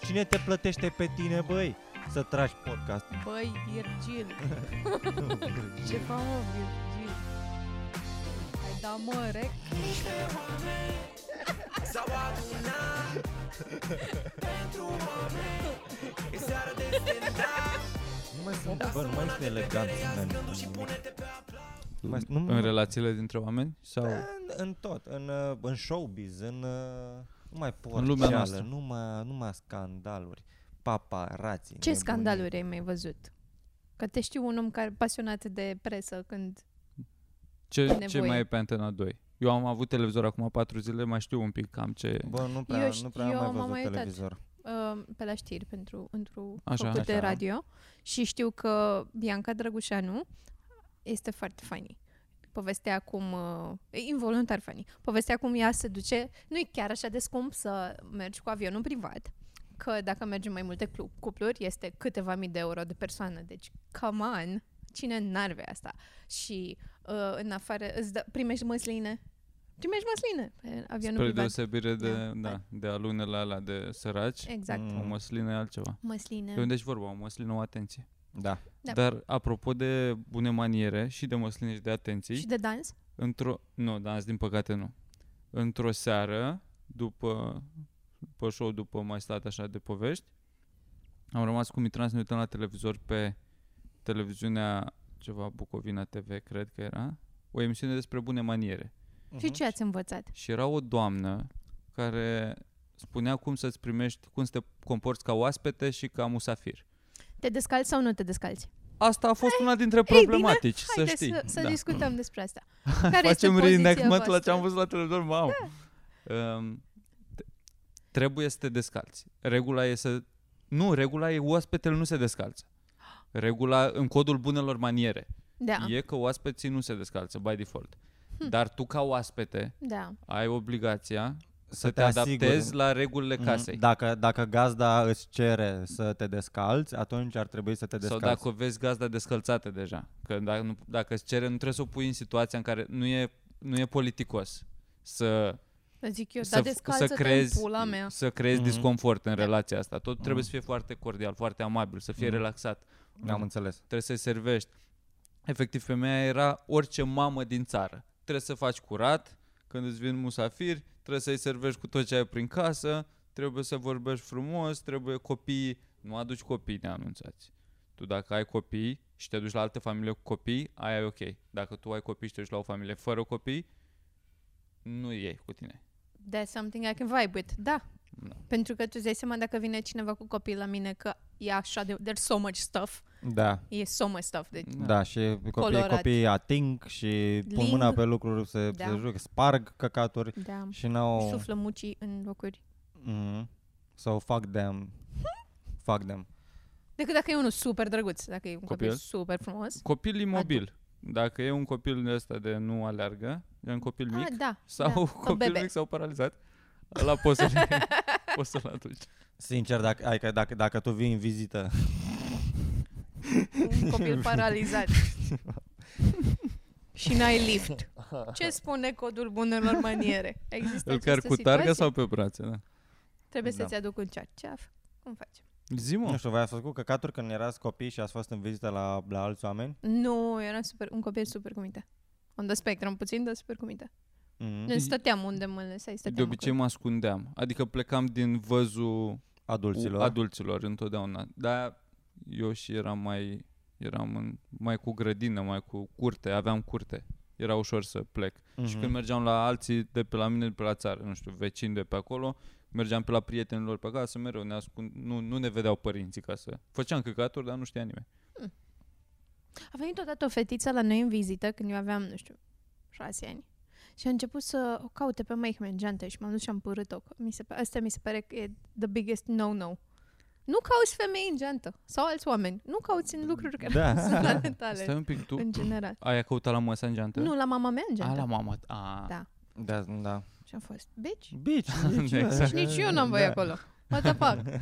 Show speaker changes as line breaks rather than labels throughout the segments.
Cine te plătește pe tine, băi, să tragi podcast?
Băi, Păi, Virgil, ce famă, Virgil. Ai da mă, rec.
S-au adunat Pentru oameni E seară de stand-up
Nu mai sunt,
Lasă
bă, nu mai
mâna
sunt
de pe
elegant.
pereche,
man.
ascundu-o și pune-te pe aplan.
Nu mai- Da. nu-
În relațiile dintre oameni? Sau...
În, în tot, în, uh, în showbiz, în uh, nu mai porceală,
lumea noastră.
numai, numai scandaluri, paparații.
Ce
nebunii.
scandaluri ai mai văzut? Că te știu un om care pasionat de presă când...
Ce, ce
Nevoie.
mai e pe Antena 2? Eu am avut televizor acum 4 zile, mai știu un pic cam ce...
Bă, nu prea,
Eu
nu
știu,
prea am
eu
mai
m-am
văzut
mai uitat.
televizor.
uh, pe la știri pentru într-un
Așa,
făcut de
așa.
radio și știu că Bianca Drăgușanu este foarte funny. Povestea cum, uh, e involuntar funny, povestea cum ea se duce, nu e chiar așa de scump să mergi cu avionul privat, că dacă mergi în mai multe clu- cupluri este câteva mii de euro de persoană, deci come on, cine n-ar vrea asta? Și uh, în afară îți dă, primești măsline, primești măsline pe avionul
Spre
privat.
deosebire de,
Da.
da, de alunele alea de săraci,
Exact,
Mm.
o măslină e altceva.
măsline.
Pe unde ești vorba, o măslină o atenție.
Da.
Da.
Dar apropo de bune maniere și de măsline și de atenții,
Și de dans?
Într-o... Nu, dar azi din păcate nu. Într-o seară, după, după show, după mai stat așa de povești, am rămas cu Mitran să ne uităm la televizor pe televiziunea ceva Bucovina TV, cred că era, o emisiune despre bune maniere.
Mhm.
Și
Mhm.
ce ați învățat?
Și era o doamnă care spunea cum să-ți primești, cum să te comporți ca oaspete și ca musafir.
Te descalți sau nu te descalți?
Asta a fost una dintre
bine,
problematici, să
Haideți
știi.
să, să
Da.
discutăm despre asta. Care este
Facem
poziția
reenactment la ce
voastră?
am văzut la televizor, mamă. Da. Um, te- trebuie să te descalți. Regula e să... Nu, regula e oaspetele nu se descalță. Regula în codul bunelor maniere
Da, Hm.
e că oaspeții nu se descalță, by default. Dar tu ca oaspete
da.
ai obligația să,
Să
te,
te asiguri.
adaptezi la regulile casei.
Mhm. Dacă, dacă gazda îți cere să te descalți, atunci ar trebui să te
Sau
descalți.
dacă o vezi gazda descălțată deja. Că dacă, nu, dacă îți cere, nu trebuie să o pui în situația în care nu e, nu e politicos să
Dar Zic eu,
să,
da,
f- să
descalță
creezi,
pula mea. Da.
să creezi
Mhm.
disconfort în relația asta. Tot trebuie să fie foarte cordial, foarte amabil, să fie
Mhm.
relaxat.
Am înțeles.
Trebuie să-i servești. Efectiv, femeia era orice mamă din țară. Trebuie să faci curat când îți vin musafiri, trebuie să-i servești cu tot ce ai prin casă, trebuie să vorbești frumos, trebuie copii, nu aduci copii neanunțați. Tu dacă ai copii și te duci la altă familie cu copii, aia e ok. Dacă tu ai copii și te duci la o familie fără copii, nu iei cu tine.
That's something I can vibe with. Da.
Da.
Pentru că tu îți dai seama dacă vine cineva cu copii la mine că e așa de... There's so much stuff.
Da.
E so much stuff. Deci,
Da, da și copiii,
Colorat.
copiii ating și pun
Ling.
mâna pe lucruri, se,
Da.
se joacă, sparg căcaturi
da.
și n-au...
Suflă mucii în locuri.
Mhm. So fuck them. fuck them.
Decât dacă e unul super drăguț, dacă e un copil,
Copil?
super frumos.
Copil imobil. Dacă e un copil de ăsta de nu aleargă, e un copil mic
Ah, da.
sau
da.
copil
bebe.
mic sau paralizat, la poți să-l, poți să-l aduci.
Sincer, dacă, adică, dacă, dacă tu vii în vizită
un copil paralizat. și n-ai lift. Ce spune codul bunelor maniere? Există
Îl car
această
cu targa
situație?
sau pe brațe, da.
Trebuie
Da.
să-ți aduc un cearceaf. Cum faci?
Zi,
Nu
mă.
știu, voi ați făcut căcaturi când erați copii și ați fost în vizită la, la alți oameni?
Nu, eram super, un copil super cu minte. On the spectrum, puțin, dar super cu minte.
Mm-hmm.
Noi stăteam unde mă lăsai, stăteam
De obicei mă ascundeam. Adică plecam din văzul
Adulților. Adu-
adulților întotdeauna. Dar eu și eram mai, eram în, mai cu grădină, mai cu curte, aveam curte. Era ușor să plec. Și
Mm-hmm.
când mergeam la alții de pe la mine, de pe la țară, nu știu, vecini de pe acolo, mergeam pe la prietenilor pe acasă, mereu ne ascund, nu, nu ne vedeau părinții ca să... Făceam căcaturi, dar nu știa nimeni.
A venit odată o fetiță la noi în vizită când eu aveam, nu știu, șase ani. Și a început să o caute pe Mike Mangeantă și m-am dus și am părât-o. că Mi se, pa- asta mi se pare că e the biggest no-no. Nu cauți femei în geantă sau alți oameni. Nu cauți în lucruri care
Da.
da. sunt ale tale,
Stai un pic, tu
în general.
ai căutat la măsa în geantă?
Nu, la mama mea în
A,
geantă.
la mama ta. A.
Da.
da, da.
Și am fost, bitch,
Bici, nici,
Exact.
nici eu n-am voie acolo. What the fuck?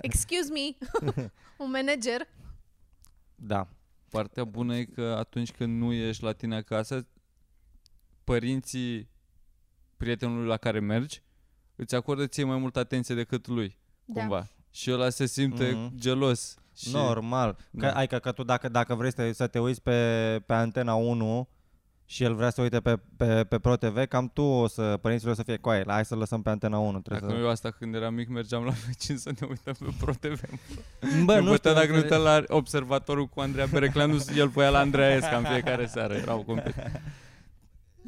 Excuse me, un manager.
Da.
Partea bună e că atunci când nu ești la tine acasă, părinții prietenului la care mergi îți acordă ție mai multă atenție decât lui,
Da.
cumva. Și ăla se simte
Mhm.
gelos. Și
Normal. Că,
Da.
adică că tu dacă, dacă vrei să, te- să te uiți pe, pe Antena 1 și el vrea să uite pe, pe, pe Pro TV, cam tu o să, părinții o să fie coaie, hai să lăsăm pe Antena 1.
Dacă
Trebuie
nu
să...
eu asta când eram mic mergeam la vecin să ne uităm pe Pro TV.
Bă,
nu știu dacă nu
înțeleg.
uitam la observatorul cu Andreea Berecleanu, el voia la Andreaescu în fiecare seară. Erau complet.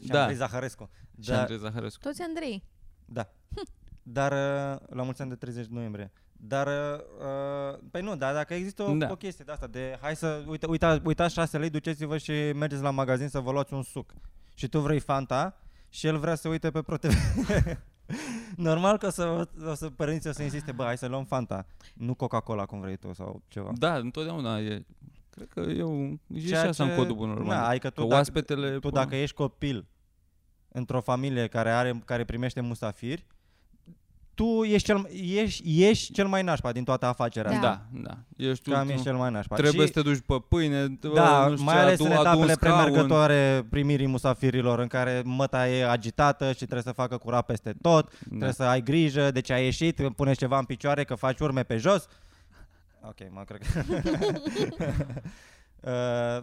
Și
Da.
Andrei Zaharescu.
Și
Da.
Andrei Zaharescu.
Toți Andrei.
Da. Dar uh, la mulți ani de 30 noiembrie. Dar, uh, uh, păi nu, dar dacă există o,
Da.
da. o chestie de asta, de hai să, uite, uita, uitați 6 lei, duceți-vă și mergeți la magazin să vă luați un suc. Și tu vrei Fanta și el vrea să uite pe ProTV. Normal că o să, o să, părinții o să insiste, bă, hai să luăm Fanta, nu Coca-Cola cum vrei tu sau ceva.
Da, întotdeauna e. Cred că eu e și
Ceea
așa în
ce-
codul bunului
Da,
român.
adică tu
Că
dacă-
oaspetele...
Tu dacă ești copil într-o familie care, are, care primește musafiri, tu ești cel, ești, ești cel mai nașpa din toată afacerea.
Da.
asta.
Da, da. Ești
Cam ești
tu,
cel mai nașpa.
trebuie
și,
să te duci pe pâine, te-
da,
uh, nu știu
mai
ce,
ales
adu-
în
adu un
etapele
scaun.
premergătoare primirii musafirilor, în care măta e agitată și trebuie să facă curat peste tot, da.
Da.
trebuie să ai grijă de ce ai ieșit, puneți ceva în picioare, că faci urme pe jos. Ok, mă cred că... Uh,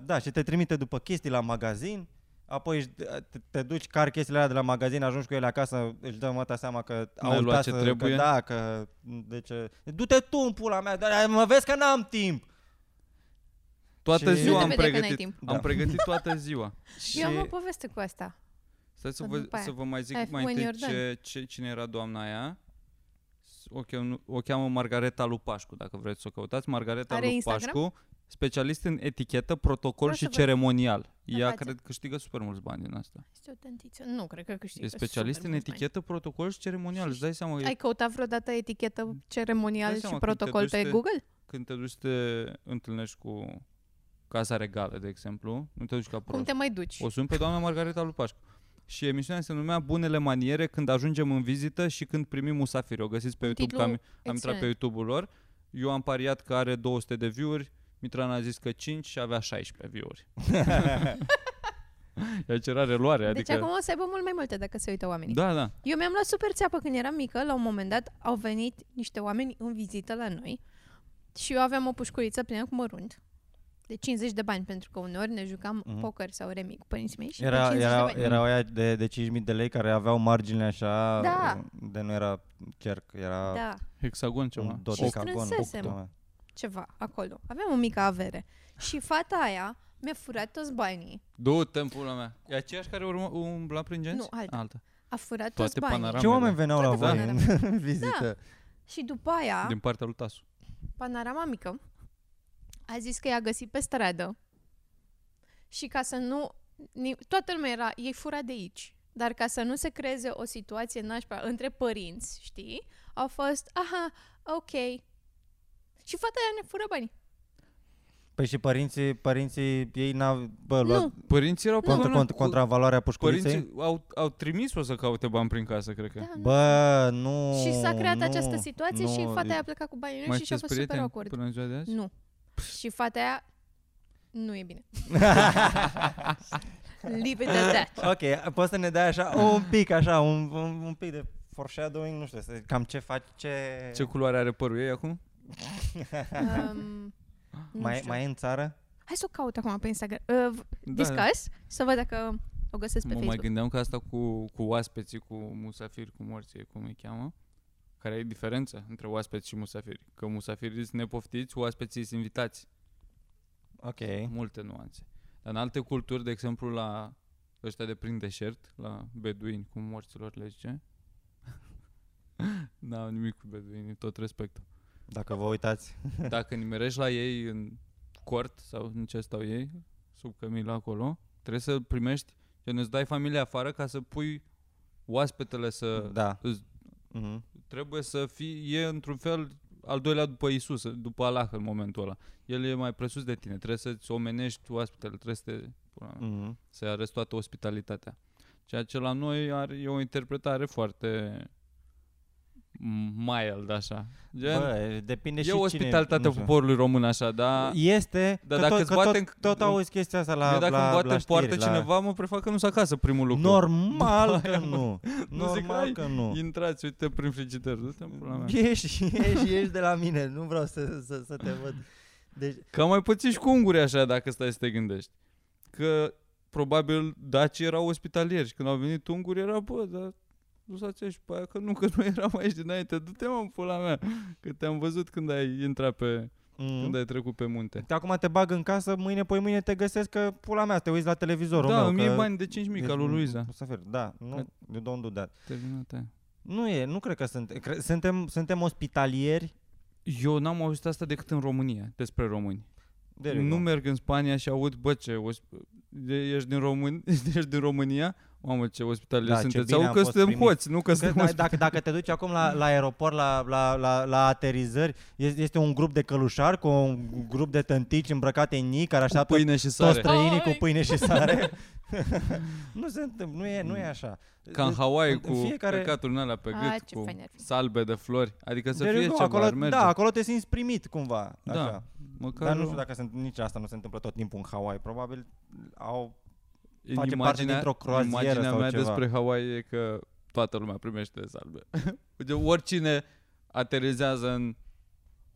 da, și te trimite după chestii la magazin, apoi își- te, te duci, car chestiile alea de la magazin, ajungi cu ele acasă, își dă măta seama că
N-ai
au
luat
uitat
ce
să-
trebuie.
Că, da, că... De ce... Du-te tu în pula mea, dar mă vezi că n-am timp!
Toată
Și- Nu
ziua
te
am
vede că n-ai
pregătit.
timp.
Am
Da.
pregătit toată ziua.
Și...
Eu am o poveste cu asta.
Stai să
Sau
vă,
după aia.
să vă mai zic
Ai
mai
făcut în
întâi
Iordan.
ce, ce, cine era doamna aia. S- O, cheam, o cheamă Margareta Lupașcu, dacă vreți să o căutați. Margareta
Are
Lupașcu,
Instagram?
specialist în etichetă, protocol
Vreau
și
să văd.
ceremonial. Ea
facem.
cred că câștigă super mulți bani din asta.
Este o dentiță. Nu, cred că câștigă.
E specialist
super
în
mulți bani.
etichetă, protocol și ceremonial. Îți dai seama,
Ai
Ai...
căutat vreodată etichetă ceremonial
Păi- Dai
și
seama când te
protocol
duci
pe
te-
Google?
când te duci să te întâlnești cu Casa Regală, de exemplu, nu te duci ca
Cum
prost.
te mai duci?
O sun pe doamna Margareta Lupașcu. Și emisiunea se numea Bunele maniere când ajungem în vizită și când primim musafiri. O găsiți pe
Un
YouTube, că
titlu
am, am intrat pe
excelent.
YouTube-ul lor. Eu am pariat că are 200 de view-uri, Mitran a zis că 5 și avea 16 view-uri. Ea cerea reluare,
Deci
adică...
acum o să aibă mult mai multe dacă se uită oamenii.
Da, da.
Eu mi-am luat super țeapă când eram mică, la un moment dat au venit niște oameni în vizită la noi și eu aveam o pușculiță plină cu mărunt de 50 de bani, pentru că uneori ne jucam
Mhm.
poker sau remi cu părinții mei și păi era,
Era,
50 de
era,
bani.
erau aia de, de 5.000 de lei care aveau margini așa,
Da.
de nu era cerc, era
Da,
Hexagon ceva.
un
Și
dodecagon.
strânsesem.
Doamne.
ceva acolo. Aveam o mică avere. Și fata aia mi-a furat toți banii.
Du-te în pula mea. E aceeași care urmă, umbla prin genți?
Nu, alta.
alta.
A furat toți
Toate
banii.
panorama-
Ce oameni veneau la
Toate
voi
da.
în în vizită?
Și după aia,
Din partea lui Tasu.
panorama mică a zis că i-a găsit pe stradă și ca să nu... ni- Toată lumea era, ei fura de aici. Dar ca să nu se creeze o situație nașpa între părinți, știi? Au fost, aha, ok. Și fata aia ne fură banii.
Păi și părinții, părinții ei n-au, bă, luat
Nu,
Părinții erau pe
contra,
mână
contra,
cu-
valoarea pușculiței?
Părinții au, au trimis-o să caute bani prin casă, cred că.
da, nu.
Bă, nu,
și s-a creat
nu,
această situație
nu,
și fata
e-
aia a plecat cu banii
Mai
noi și și-a
sunteți
fost super
prieteni
awkward.
până în ziua de azi?
Nu. Și fata aia nu e bine. Leave it at that.
Ok, poți să ne dai așa un pic, așa, un, un, un pic de foreshadowing, nu știu, să- cam ce faci, ce...
Ce culoare are părul ei acum?
Um, nu
mai,
știu.
mai e în țară?
Hai să o caut acum pe Instagram. Uh, v- discuss, să văd dacă o găsesc pe
Da, Mă mai
Facebook.
gândeam că asta cu, cu oaspeții, cu musafiri, cu morții, cum îi cheamă, care e diferența între oaspeți și musafiri. Că musafirii sunt nepoftiți, oaspeții sunt invitați.
Ok.
Multe nuanțe. Dar în alte culturi, de exemplu la ăștia de prin deșert, la beduini, cum morților le zice, n-am nimic cu beduinii, tot respect.
Dacă vă uitați.
dacă nimerești la ei în cort sau în ce stau ei, sub cămilă acolo, trebuie să primești, gen îți dai familia afară ca să pui oaspetele să...
Da.
îți-
Mhm.
Trebuie să fii, e într-un fel al doilea după Isus, după Allah în momentul ăla. El e mai presus de tine, trebuie să-ți omenești oaspetele, trebuie să te... pula mea,
Mhm.
să-i arăți toată ospitalitatea. Ceea ce la noi are, e o interpretare foarte mild, așa. Gen, Bă,
Bă, depinde
e
și
o
cine...
ospitalitatea
nu știu.
poporului român, așa, dar...
Este,
Dar
că,
dacă
tot,
îți
că
bate
tot,
în-
tot auzi chestia asta la,
eu dacă
la,
îmi bate
la
în
știri,
poartă
la...
cineva, mă prefac că nu sunt acasă, primul lucru.
Normal că nu.
Nu zic,
Normal
hai,
că nu.
Intrați, uite, prin frigider, du-te în pula mea.
Ieși, ieși, ieși de la mine, nu vreau să, să, să te văd. Deci,
Cam mai puțin și cu unguri așa, dacă stai să te gândești. Că probabil dacii erau ospitalieri și când au venit unguri era, bă, dar lăsați și pe aia că nu, că nu eram aici dinainte. Du-te mă în pula mea, că te-am văzut când ai intrat pe,
mm.
când ai trecut pe munte.
Te- Acum te bag în casă, mâine, poi mâine te găsesc că pula mea, să te uiți la televizorul
da,
meu.
îmi
că-
iei bani de 5.000 ca lui
Deci,
Luiza.
o să fer- Da, nu,
Că-
you don't do that.
Terminat aia.
Nu e, nu cred că sunt, cre- suntem, suntem ospitalieri.
Eu n-am auzit asta decât în România, despre români.
There you
nu
go.
merg în Spania și aud, bă, ce, osp- de- ești din, Român- ești din România? Mamă, ce ospitalieri
Da, ce
sunteți.
bine
Au
am
că
fost
suntem
primiți.
hoți, nu că
Că,
suntem
da, dacă, dacă te duci acum la, la aeroport, la, la, la, la aterizări, este, este un grup de călușari cu un grup de tântici îmbrăcate în nii care
cu
așteaptă
pâine și
toți
sare.
străinii
Ai!
cu pâine și sare. nu se întâmplă, nu e, nu e așa. Deci,
Ca în Hawaii
în
cu
fiecare-
fiecare... căcaturi în alea pe
A,
gât,
Ah, ce
cu
fain ar fi.
salbe de flori. Adică să
There
fie
you go,
ceva,
deci acolo,
ar merge.
da, acolo te simți primit cumva.
Da,
Așa.
Măcar
Dar nu știu dacă sunt, nici asta nu se întâmplă tot timpul în Hawaii. Probabil au...
în
face parte dintr-o croazieră
Imaginea
sau
mea
ceva.
despre Hawaii e că toată lumea primește salbe. De oricine aterizează în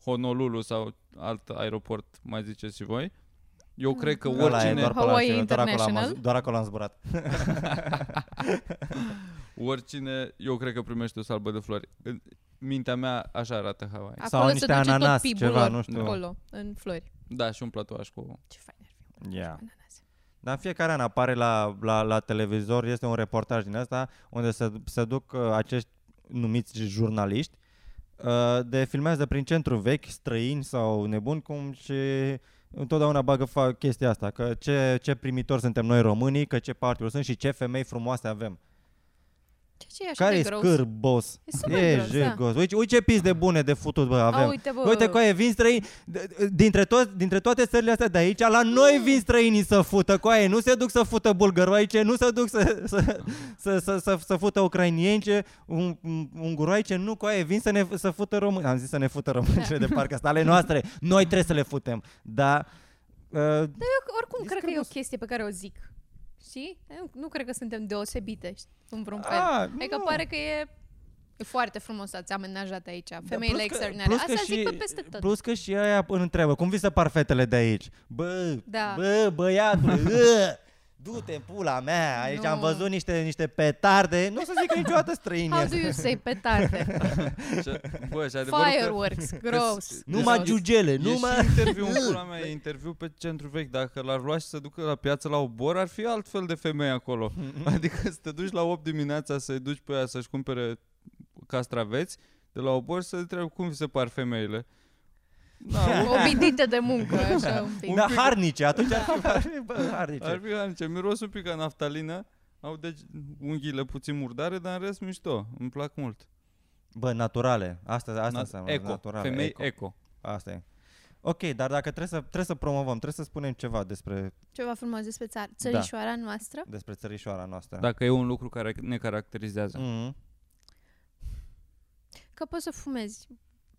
Honolulu sau alt aeroport, mai ziceți și voi, eu cred că
Ăla
Ăla e
oricine,
doar pe la
Hawaii
cină, doar acolo, am,
International.
doar acolo am zburat.
oricine, eu cred că primește o salbă de flori. În mintea mea așa arată Hawaii.
Acolo
Sau
se
niște
duce
ananas,
tot pibul
ceva,
lor
nu știu.
Acolo, în flori.
Da, și un platoaș cu...
Ce fain ar fi.
Yeah.
Ananase.
Dar în fiecare an apare la, la, la televizor, este un reportaj din asta, unde se, se duc uh, acești numiți jurnaliști, uh, de filmează prin centru vechi, străini sau nebuni, cum și întotdeauna bagă fa- chestia asta, că ce, ce primitori suntem noi românii, că ce partiuri sunt și ce femei frumoase avem.
Ceea ce e așa
Care
de
e
gros.
scârbos?
E super
E
gros, da.
jegos. Uite, uite ce pis de bune de futut bă, avem.
A, uite, bă.
Uite că e vin străini d- dintre, toți, dintre toate țările astea de aici, la
Mm.
noi vin străinii să fută cu aia, nu se duc să fută bulgăroaice, nu se duc să, să, să, să, să, să fută ucrainience, un, un- unguroaice, nu cu aia, vin să ne să fută români. Am zis să ne fută româncele de parcă asta ale noastre. Noi trebuie să le futem. Dar uh,
Eu oricum
E
cred că e o
scârbos.
chestie pe care o zic. Știi? Eu nu cred că suntem deosebite știi, în vreun fel.
Uh, a,
Adică
Ah, nu.
pare că e, e foarte frumos ați amenajat aici, femeile
Da, plus că-
extraordinare.
plus că
Asta zic
și-
pe peste tot.
Plus că și aia îl întreabă, cum vi se par fetele de aici? Bă,
Da.
bă, băiatule, bă, du-te în pula mea, aici
Nu.
am văzut niște, niște petarde, nu o să zic niciodată străinii
How do
ăsta.
you say petarde?
Și- Bă, și adevărul că-
Fireworks, gross.
Numai
gross.
giugele,
Nu e
numai...
și interviu în pula mea, e interviu pe centru vechi. Dacă l-ar lua și să ducă la piață la obor, ar fi altfel de femei acolo. Adică să te duci la 8 dimineața să-i duci pe ea să-și cumpere castraveți de la obor să întrebi cum vi se par femeile. Da,
Obitită de muncă, așa un pic.
Da, harnice, atunci ar fi, ar fi bă,
ar
harnice.
fi anice. Miros un pic ca naftalină. Au deci unghiile puțin murdare, dar în rest mișto. Îmi plac mult.
Bă, naturale, asta, asta
Nat-
înseamnă,
eco.
naturale.
Femei
eco.
eco.
Asta e. Ok, dar dacă trebuie să, trebuie să promovăm, trebuie să spunem ceva despre,
Ceva frumos despre țar-
Da.
țărișoara noastră.
despre țărișoara noastră.
Dacă e un lucru care ne caracterizează.
Mm.
Că poți să fumezi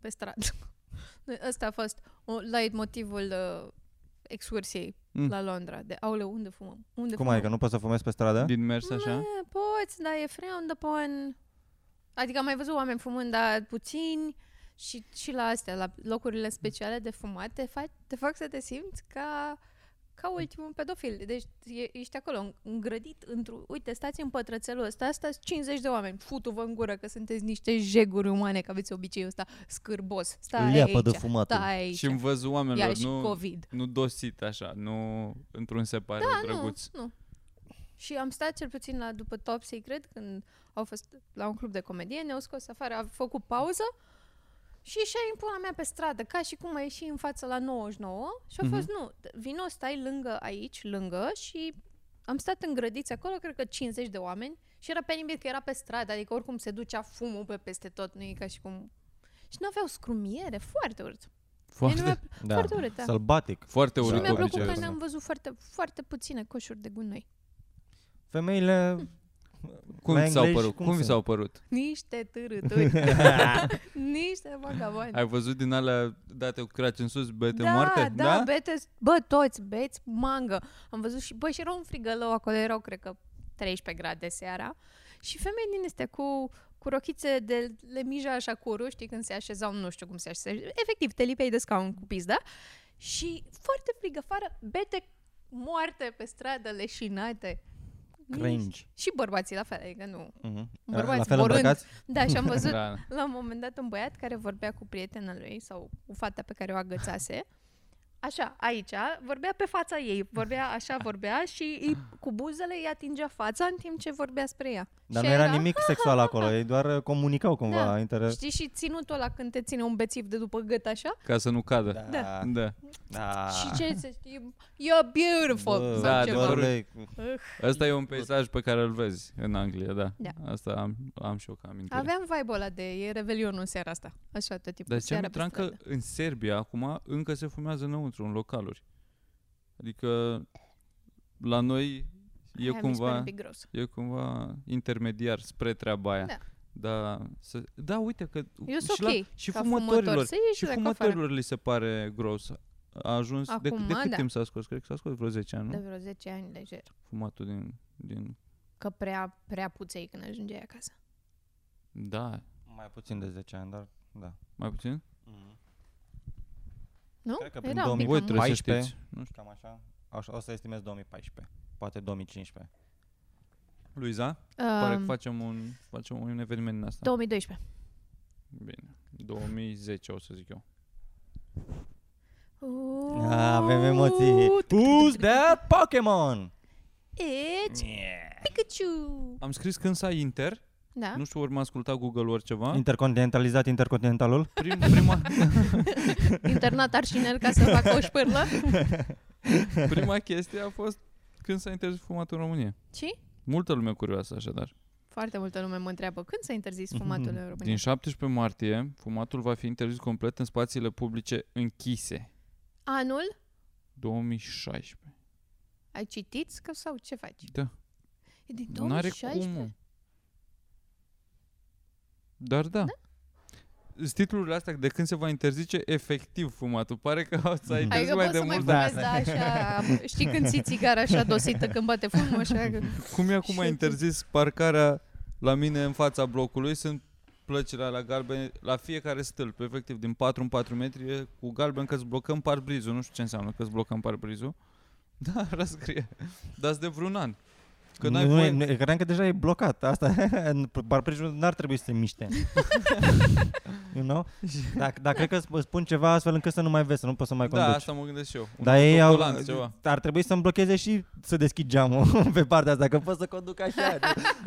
pe stradă. Ăsta a fost o- leitmotivul uh, excursiei
Mm.
la Londra. De, auleu, unde fumăm? Unde
Cum
fumăm?
adică, nu poți să fumezi pe stradă?
Din mers așa?
Mă, poți, dar e frowned upon... Adică am mai văzut oameni fumând, dar puțini și, și la astea, la locurile speciale de fumat, te, fac, te fac să te simți ca, ca ultimul pedofil. Deci e, ești acolo, îngrădit într-un... Uite, stați în pătrățelul ăsta, stați 50 de oameni, futu-vă în gură că sunteți niște jeguri umane, că aveți obiceiul ăsta scârbos. Stai
Leapă
Da, aici,
de fumatul.
stai aici.
Și în văzul oamenilor,
Ia și
nu...
COVID.
Nu dosit așa, nu într-un separat
Da,
drăguț.
Nu, nu. Și am stat cel puțin la după Top Secret când au fost la un club de comedie, ne-au scos afară, a făcut pauză și ieșea în pula mea pe stradă, ca și cum ai ieși în față la 99 și
Mhm.
a fost, nu, vino, stai lângă aici, lângă și am stat în grădiți acolo, cred că 50 de oameni și era penibit că era pe stradă, adică oricum se ducea fumul pe peste tot, nu e ca și cum... Și nu aveau scrumiere, foarte urât. Mie nu mi-a-
Da.
Foarte urât, da.
Sălbatic.
Foarte
Și
urât.
mi-a
de
plăcut
obicei
că
asta.
ne-am văzut foarte, foarte puține coșuri de gunoi.
Femeile
Cum
La
vi s-au
englezi,
părut?
cum
Cum vi
sunt?
s-au părut?
Niște târâturi, niște vagabani.
Ai văzut din alea date cu craci în sus, bete
da,
moarte?
Da, bete, bă, toți, beți, mangă. Am văzut și, bă, și era un frigălău acolo, erau, cred că, 13 grade seara. Și femei din este cu, cu rochițe de le mija așa cu uru, știi, când se așezau, nu știu cum se așezau. Efectiv, te lipeai de scaun cu pizda. Și foarte frig afară, bete moarte pe stradă, leșinate.
Cringe.
Și bărbații la fel, adică nu.
Mhm.
Bărbați,
la fel
borând.
îmbrăcați?
Da, și am văzut
da.
la un moment dat un băiat care vorbea cu prietena lui sau cu fata pe care o agățase. Așa, aici, vorbea pe fața ei, vorbea așa, vorbea și îi, cu buzele îi atingea fața în timp ce vorbea spre ea.
Dar
și
nu era nimic sexual acolo, ei doar uh, comunicau cumva.
Da.
uh,
Inter...
Știi și ținutul ăla când te ține un bețiv de după gât așa?
Ca să nu cadă. Da.
Da.
da.
da.
Și ce se știe? You're beautiful!
Bă,
sau
da,
ceva.
adevărul
doarme-
Asta e un peisaj pe care îl vezi în Anglia, da.
Da.
Asta am, am și eu ca amintire.
Aveam vibe ăla de e revelionul în seara asta. Așa tot timpul.
Dar ce am
seara pe
intrat că
stradă.
în Serbia acum încă se fumează înăuntru, în localuri. Adică la noi e
Aia mi se pare
cumva,
un pic gros.
e cumva intermediar spre treaba aia.
Da.
Da, să, da, uite că
Eu sunt
și, la,
ok
și
ca
fumătorilor,
fumător să ieși
și
de acolo
fumătorilor li se pare gros. A ajuns, de,
Acum,
de cât
da.
timp s-a scos? Cred că s-a scos vreo 10 ani, nu?
De vreo 10 ani lejer.
Fumatul din, din...
Că prea, prea puței când ajungeai acasă.
Da,
Mai puțin de 10 ani, dar mm, da.
mai puțin?
Nu?
Cred că prin
Era un pic
2000
Voi
mai
trebuie să
14.
știți. Nu știu.
Cam așa. Așa, o să estimez 2014, poate 2015.
Luiza,
mult.
pare că
Um,
facem un, facem un eveniment
uh,
din asta.
2012.
Bine. 2010 o să zic eu.
Ah, avem emoții. Who's that Pokémon?
It's
Yeah.
Pikachu.
Am scris când s-a inter,
Da?
nu știu, ori m-a ascultat Google oriceva.
Intercontinentalizat intercontinentalul?
Prim, prima,
Internat Arșinel ca să facă o șpârlă.
prima chestie a fost când s-a interzis fumatul în România.
Și
Multă lume curioasă așadar.
foarte multă lume mă întreabă când s-a interzis fumatul în România.
Mhm. Din 17 martie, fumatul va fi interzis complet în spațiile publice închise.
Anul?
2016.
Ai citit sau- sau ce faci?
Da.
E din
N-are
2016?
cum. mă. Dar da. da? Titlurile astea de când se va interzice efectiv fumatul. Pare că s-a interzis
Adică
mai
poți
de
să mai
mult.
da.
fumezi, da, așa, știi când ții țigara așa dosită când bate fumul, așa, că-
Cum e acum
Și-
interzis parcarea la mine în fața blocului? Sunt plăcerea la galben, la fiecare stâlp, efectiv, din 4 în 4 metri, e cu galben că îți blocăm parbrizul. Nu știu ce înseamnă că îți blocăm parbrizul. Da, răscrie. Dar de vreun an. Că n-ai
nu,
voie.
nu, credeam că deja e blocat. Asta, barprijul n-ar trebui să se miște. you know? Dar, dar cred că sp- spun ceva astfel încât să nu mai vezi, să nu poți să mai
da,
conduci.
asta mă gândesc și eu. Un
dar ei au,
autocolant, ceva.
ar trebui să-mi blocheze și să deschid geamul pe partea asta, că pot să conduc așa.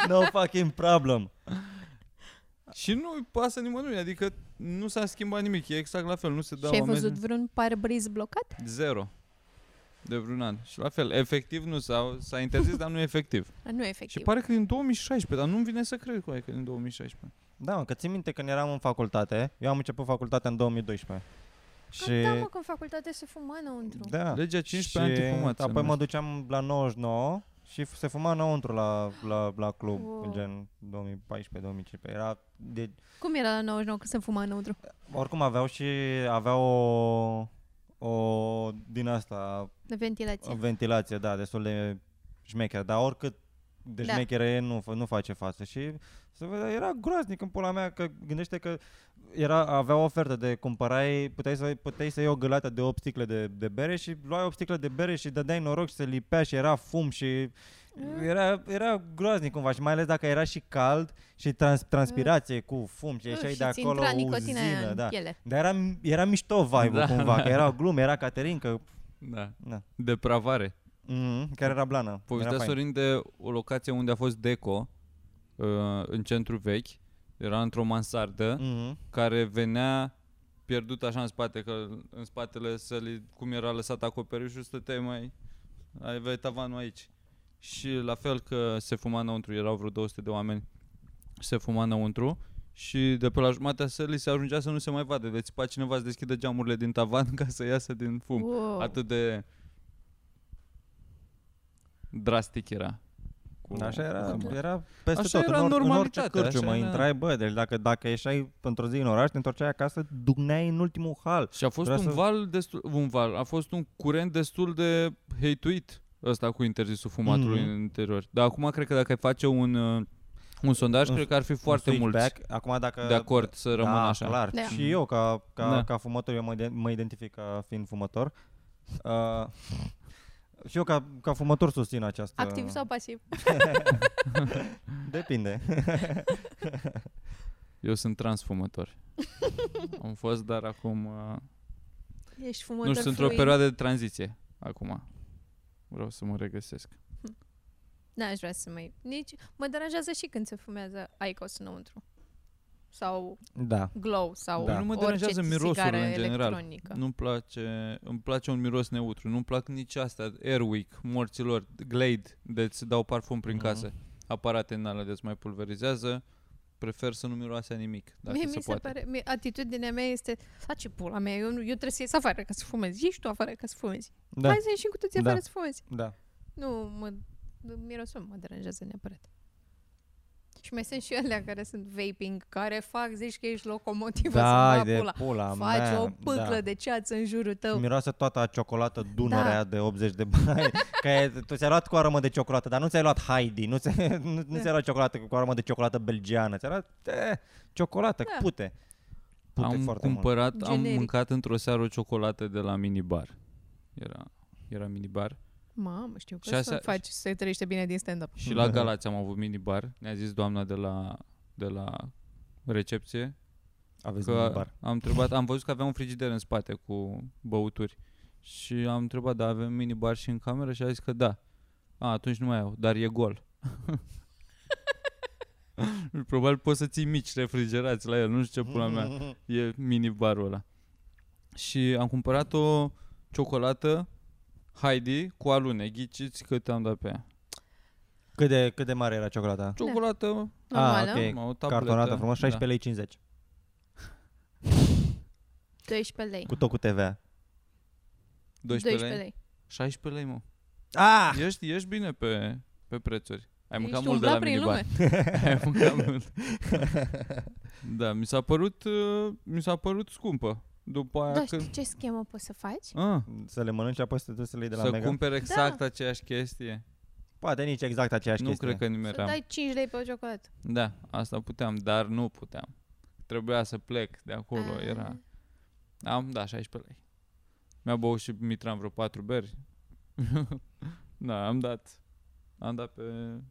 no fucking problem.
Și nu îi pasă nimănui, adică nu s-a schimbat nimic, e exact la fel, nu se dau
Și ai
amenzi.
văzut vreun parbriz blocat?
Zero. De vreun an. Și la fel, efectiv nu s-a, s-a interzis, dar nu e efectiv.
Nu
Și
efectiv.
pare că din 2016, dar nu-mi vine să cred cu aia că din 2016.
Da, mă, că țin minte când eram în facultate, eu am început facultatea în 2012. Și...
Ah, Da, mă, că în facultate se fuma înăuntru.
Da.
Legea 15
Și
antifumat. se
Apoi mă
numește.
duceam la 99 și f- se fuma înăuntru la, la, la club,
Wow.
wow. gen 2014-2015. Era de,
Cum era la 99 când se fuma înăuntru?
oricum aveau și aveau o, o din asta,
De
o
ventilație.
ventilație, da, destul de șmecheră, dar oricât de
Da.
șmecheră e, nu, fa- nu face față și se vede, era groaznic în pula mea că gândește că era, avea o ofertă de cumpărai, puteai să, puteai să iei o găleată de 8 sticle de, de bere și luai 8 sticle de bere și dădeai noroc și se lipea și era fum și
Mm.
era, era groaznic cumva și mai ales dacă era și cald și trans, transpirație cu fum și ieșeai
Mm. și
de
ți
acolo
intra nicotina aia
uzină,
în
da.
piele.
Dar era, era mișto vibe-ul
Da,
cumva,
da.
că era o glumă, era Caterinca,
Da.
da.
Depravare.
Mm, care era blană.
Povestea
era fain.
Sorin de o locație unde a fost Deco, uh, în centru vechi. Era într-o mansardă
Mhm.
care venea pierdut așa în spate, că în spatele sălii, cum era lăsat acoperișul, stăteai mai... Aveai tavanul aici. Și la fel că se fuma înăuntru, erau vreo 200 de oameni, se fuma înăuntru și de pe la jumatea sălii se ajungea să nu se mai vadă. Deci pa cineva să deschidă geamurile din tavan ca să iasă din fum.
uh,
Wow.
Atât de drastic era. cu...
Așa era,
cu-
era peste
Așa
tot.
era
în, or- în orice
normalitatea,
cârciu
așa
mai
era.
intrai, bă, deci dacă, dacă ieșai într-o zi în oraș, te întorceai acasă, dugneai în ultimul hal.
Și a fost
Vreau
un
să-
val destul, un val, a fost un curent destul de hate-uit ăsta cu interzisul fumatului
Mhm.
în interior. Dar acum cred că dacă ai face un, uh, un sondaj,
Un-
cred că ar fi foarte
Un
mulți
switchback. Acum dacă...
de acord să rămână
da,
așa.
clar.
Da.
Și eu, ca, ca,
Da.
ca fumător, eu mă, ide- mă identific ca fiind fumător. Uh, și eu, ca, ca fumător, susțin această...
Activ sau pasiv?
Depinde.
Eu sunt transfumător. Am fost, dar acum... Uh,
Ești
nu
fumător
știu, sunt într-o
fluid.
perioadă de tranziție acum. Vreau să mă regăsesc.
N-aș Da, vrea să mai... Nici... Mă deranjează și când se fumează Icos înăuntru. Sau
Da.
Glow sau
Da.
da.
Nu
mă deranjează mirosul
cigară
în general.
electronică.
Nu-mi place, îmi place un miros neutru, nu-mi plac nici astea, Airwick, morților, Glade, de-ți dau parfum prin
Mhm.
casă, aparate în alea de-ți mai pulverizează, prefer să nu miroase a nimic, dacă
Mie
se
mi se
poate.
pare, mie, atitudinea mea este, a ce pula mea, eu, nu- eu trebuie să ies afară ca să fumezi, ieși tu afară ca să fumezi. Da.
Da.
Hai să ieșim cu toții
Da.
afară să fumezi.
Da.
Nu, mă, mirosul mă deranjează neapărat. Și mai sunt și alea care sunt vaping, care fac, zici că ești locomotivă
Da,
să
de
pula.
pula
Faci
mea,
o pâclă
da.
de ceață în jurul tău.
Miroase toată a ciocolată Dunărea da. de 80 de bani. că e- tu ți-ai luat cu aromă de ciocolată, dar nu ți-ai luat Heidi, nu, ți-ai, nu, nu ți-ai luat ciocolată cu aromă de ciocolată belgiană, ți-ai luat eh, ciocolată,
Da.
pute. Pute
am
foarte
cumpărat, am
Generic.
mâncat într-o seară o ciocolată de la minibar. Era, era minibar.
Mamă, știu că
Și
să
asta-
faci să trăiește bine din stand-up.
Și la Galați am avut minibar. Ne-a zis doamna de la, de la recepție
mult. Aveți
că
un bar.
am întrebat, am văzut că avea un frigider în spate cu băuturi. Și am întrebat, da, avem minibar și în cameră? Și a zis că da. A, atunci nu mai au, dar e gol. Probabil poți să ții mici refrigerați la el, nu știu ce pula mea
Mhm.
e minibarul ăla. Și am cumpărat o ciocolată Heidi cu alune. Ghiciți cât am dat pe ea.
Cât de, cât de mare era ciocolata?
Ciocolată,
Ah,
Normală? Ah,
ok.
ok.
mă, o tabletă.
Cartonată frumos,
da.
16 lei 50.
12 lei.
Cu tot cu TVA.
Da. 12 lei. 16 lei, mă.
Ah!
Ești, ești bine pe, pe prețuri. Ai mâncat
Ești
mult de
umblat
la
prin
minibar. Ai mâncat mult. da, mi s-a părut, uh, mi s-a părut scumpă. După
Ah,
aia
Da,
când...
știi ce schemă poți să faci?
Ah,
Să le mănânci apoi să te duci să le iei de la
să
Mega?
Da.
cumperi exact aceeași chestie.
Poate nici exact aceeași
nu
chestie.
cred că
Să
nimeream.
dai 5 lei pe o ciocolată.
Da, asta puteam, dar nu puteam. Trebuia să plec de acolo,
Ah.
era... Am, da, 16 lei. Mi-a băut și Mitran vreo 4 beri. da, am dat. Am dat pe,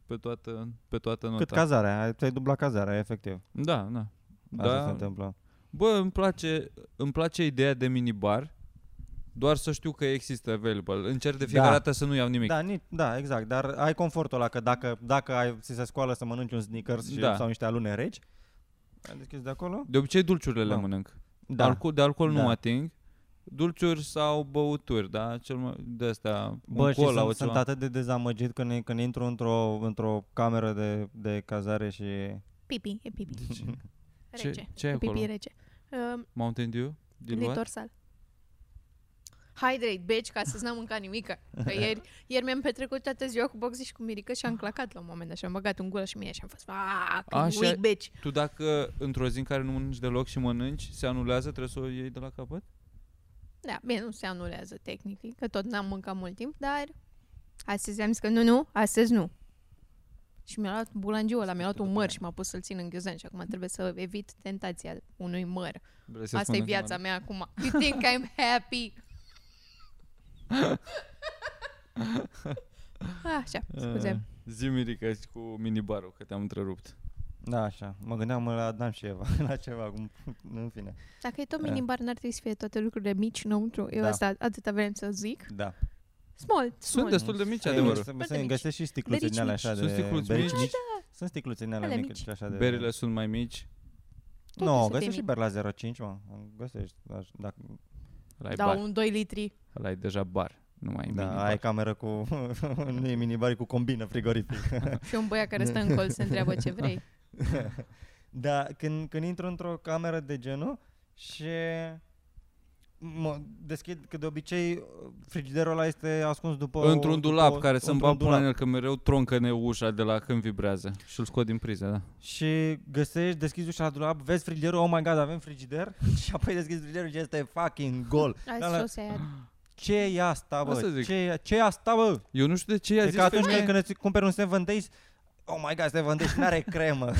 pe, toată, pe toată nota.
Cât cazarea, ai- ți-ai dublat cazarea, efectiv.
Da, da.
Asta se
Da,
întâmplă.
bă, îmi place, îmi place ideea de minibar, doar să știu că există available. Încerc de fiecare
Da.
dată să nu iau nimic.
Da, ni, da, exact, dar ai confortul ăla că dacă, dacă ai, ți se scoală să mănânci un sneakers și,
Da.
sau niște alune reci, ai deschis de acolo?
De obicei dulciurile le
Da.
mănânc.
Da.
Alcool, de alcool
Da.
nu ating. Dulciuri sau băuturi, da? Cel mai, de astea,
Bă,
un
și
cola, o
sunt,
ceva.
sunt atât de dezamăgit când, când intru într-o, într-o cameră de, de cazare și...
Pipi, e pipi.
ce,
Rece.
ce ai
E
acolo?
pipi rece. Um,
Mountain Dew? Din luat?
Litorsal. Hydrate, bitch, ca să-ți n-am mâncat nimic. Că ieri, ieri mi-am petrecut toată ziua cu boxe și cu mirică și am clacat la un moment dat și am băgat în gură și mie și am fost
Așa-
Așa... weak, bitch.
Tu dacă într-o zi în care nu mănânci deloc și mănânci, se anulează, trebuie să o iei de la capăt?
Da, bine, nu se anulează tehnic, că tot n-am mâncat mult timp, dar astăzi am zis că nu, nu, astăzi nu. Și mi-a luat bulangiul ăla, mi-a luat un măr și m-a pus să-l țin în ghiozdan și acum trebuie să evit tentația unui măr.
Vrei să
Asta e
spunem
viața
ceva?
mea acum. You think I'm happy? Așa, scuze.
Zi, Mirica, și cu minibarul, că te-am întrerupt.
Da, așa. Mă gândeam la Adam și Eva, la ceva, cum, în fine.
Dacă e tot
Eh.
Da.
minibar, n-ar trebui să fie toate lucrurile mici înăuntru. Eu
Da.
asta atâta vrem să zic.
Da.
Small,
Sunt
small.
destul de mici,
Ei,
adevărul.
să-
Foarte
Să
mici.
găsești și sticluțe
Berici
din alea
mici. Da.
așa de...
Sunt sticluțe
berici da.
mici.
Sunt sticluțe din alea
Alea
mici.
mici.
și așa de...
Berile sunt mai mici.
Totul
Nu,
sunt
găsești
mici.
și beri la 0,5, mă. Găsești. dar- Dacă,
Ăla e
Da,
bar.
un 2 litri.
Ăla e deja bar. Nu mai e
da,
minibar.
ai cameră cu... nu e minibar, e cu combină frigorifică.
Și un băiat care stă în colț se întreabă ce vrei.
da, când, când intru într-o cameră de genul și mă deschid, că de obicei frigiderul ăla este ascuns după... o-
Într-un
după
dulap
o-
care să-mi
într-un
bag pula în el, că mereu troncă-ne ușa de la când vibrează. Și-l scot din priză, da.
Și găsești, deschizi ușa la dulap, vezi frigiderul, oh my god, avem frigider și apoi deschizi frigiderul și este fucking gol.
Ai
Da, da.
sos aia.
Ce e asta, bă?
Asta zic.
Ce, e- ce e asta, bă?
Eu nu știu de ce i-a
E
zis
că atunci
femeie.
când, când îți cumperi un Seven Days, oh my god, Seven Days n-are cremă.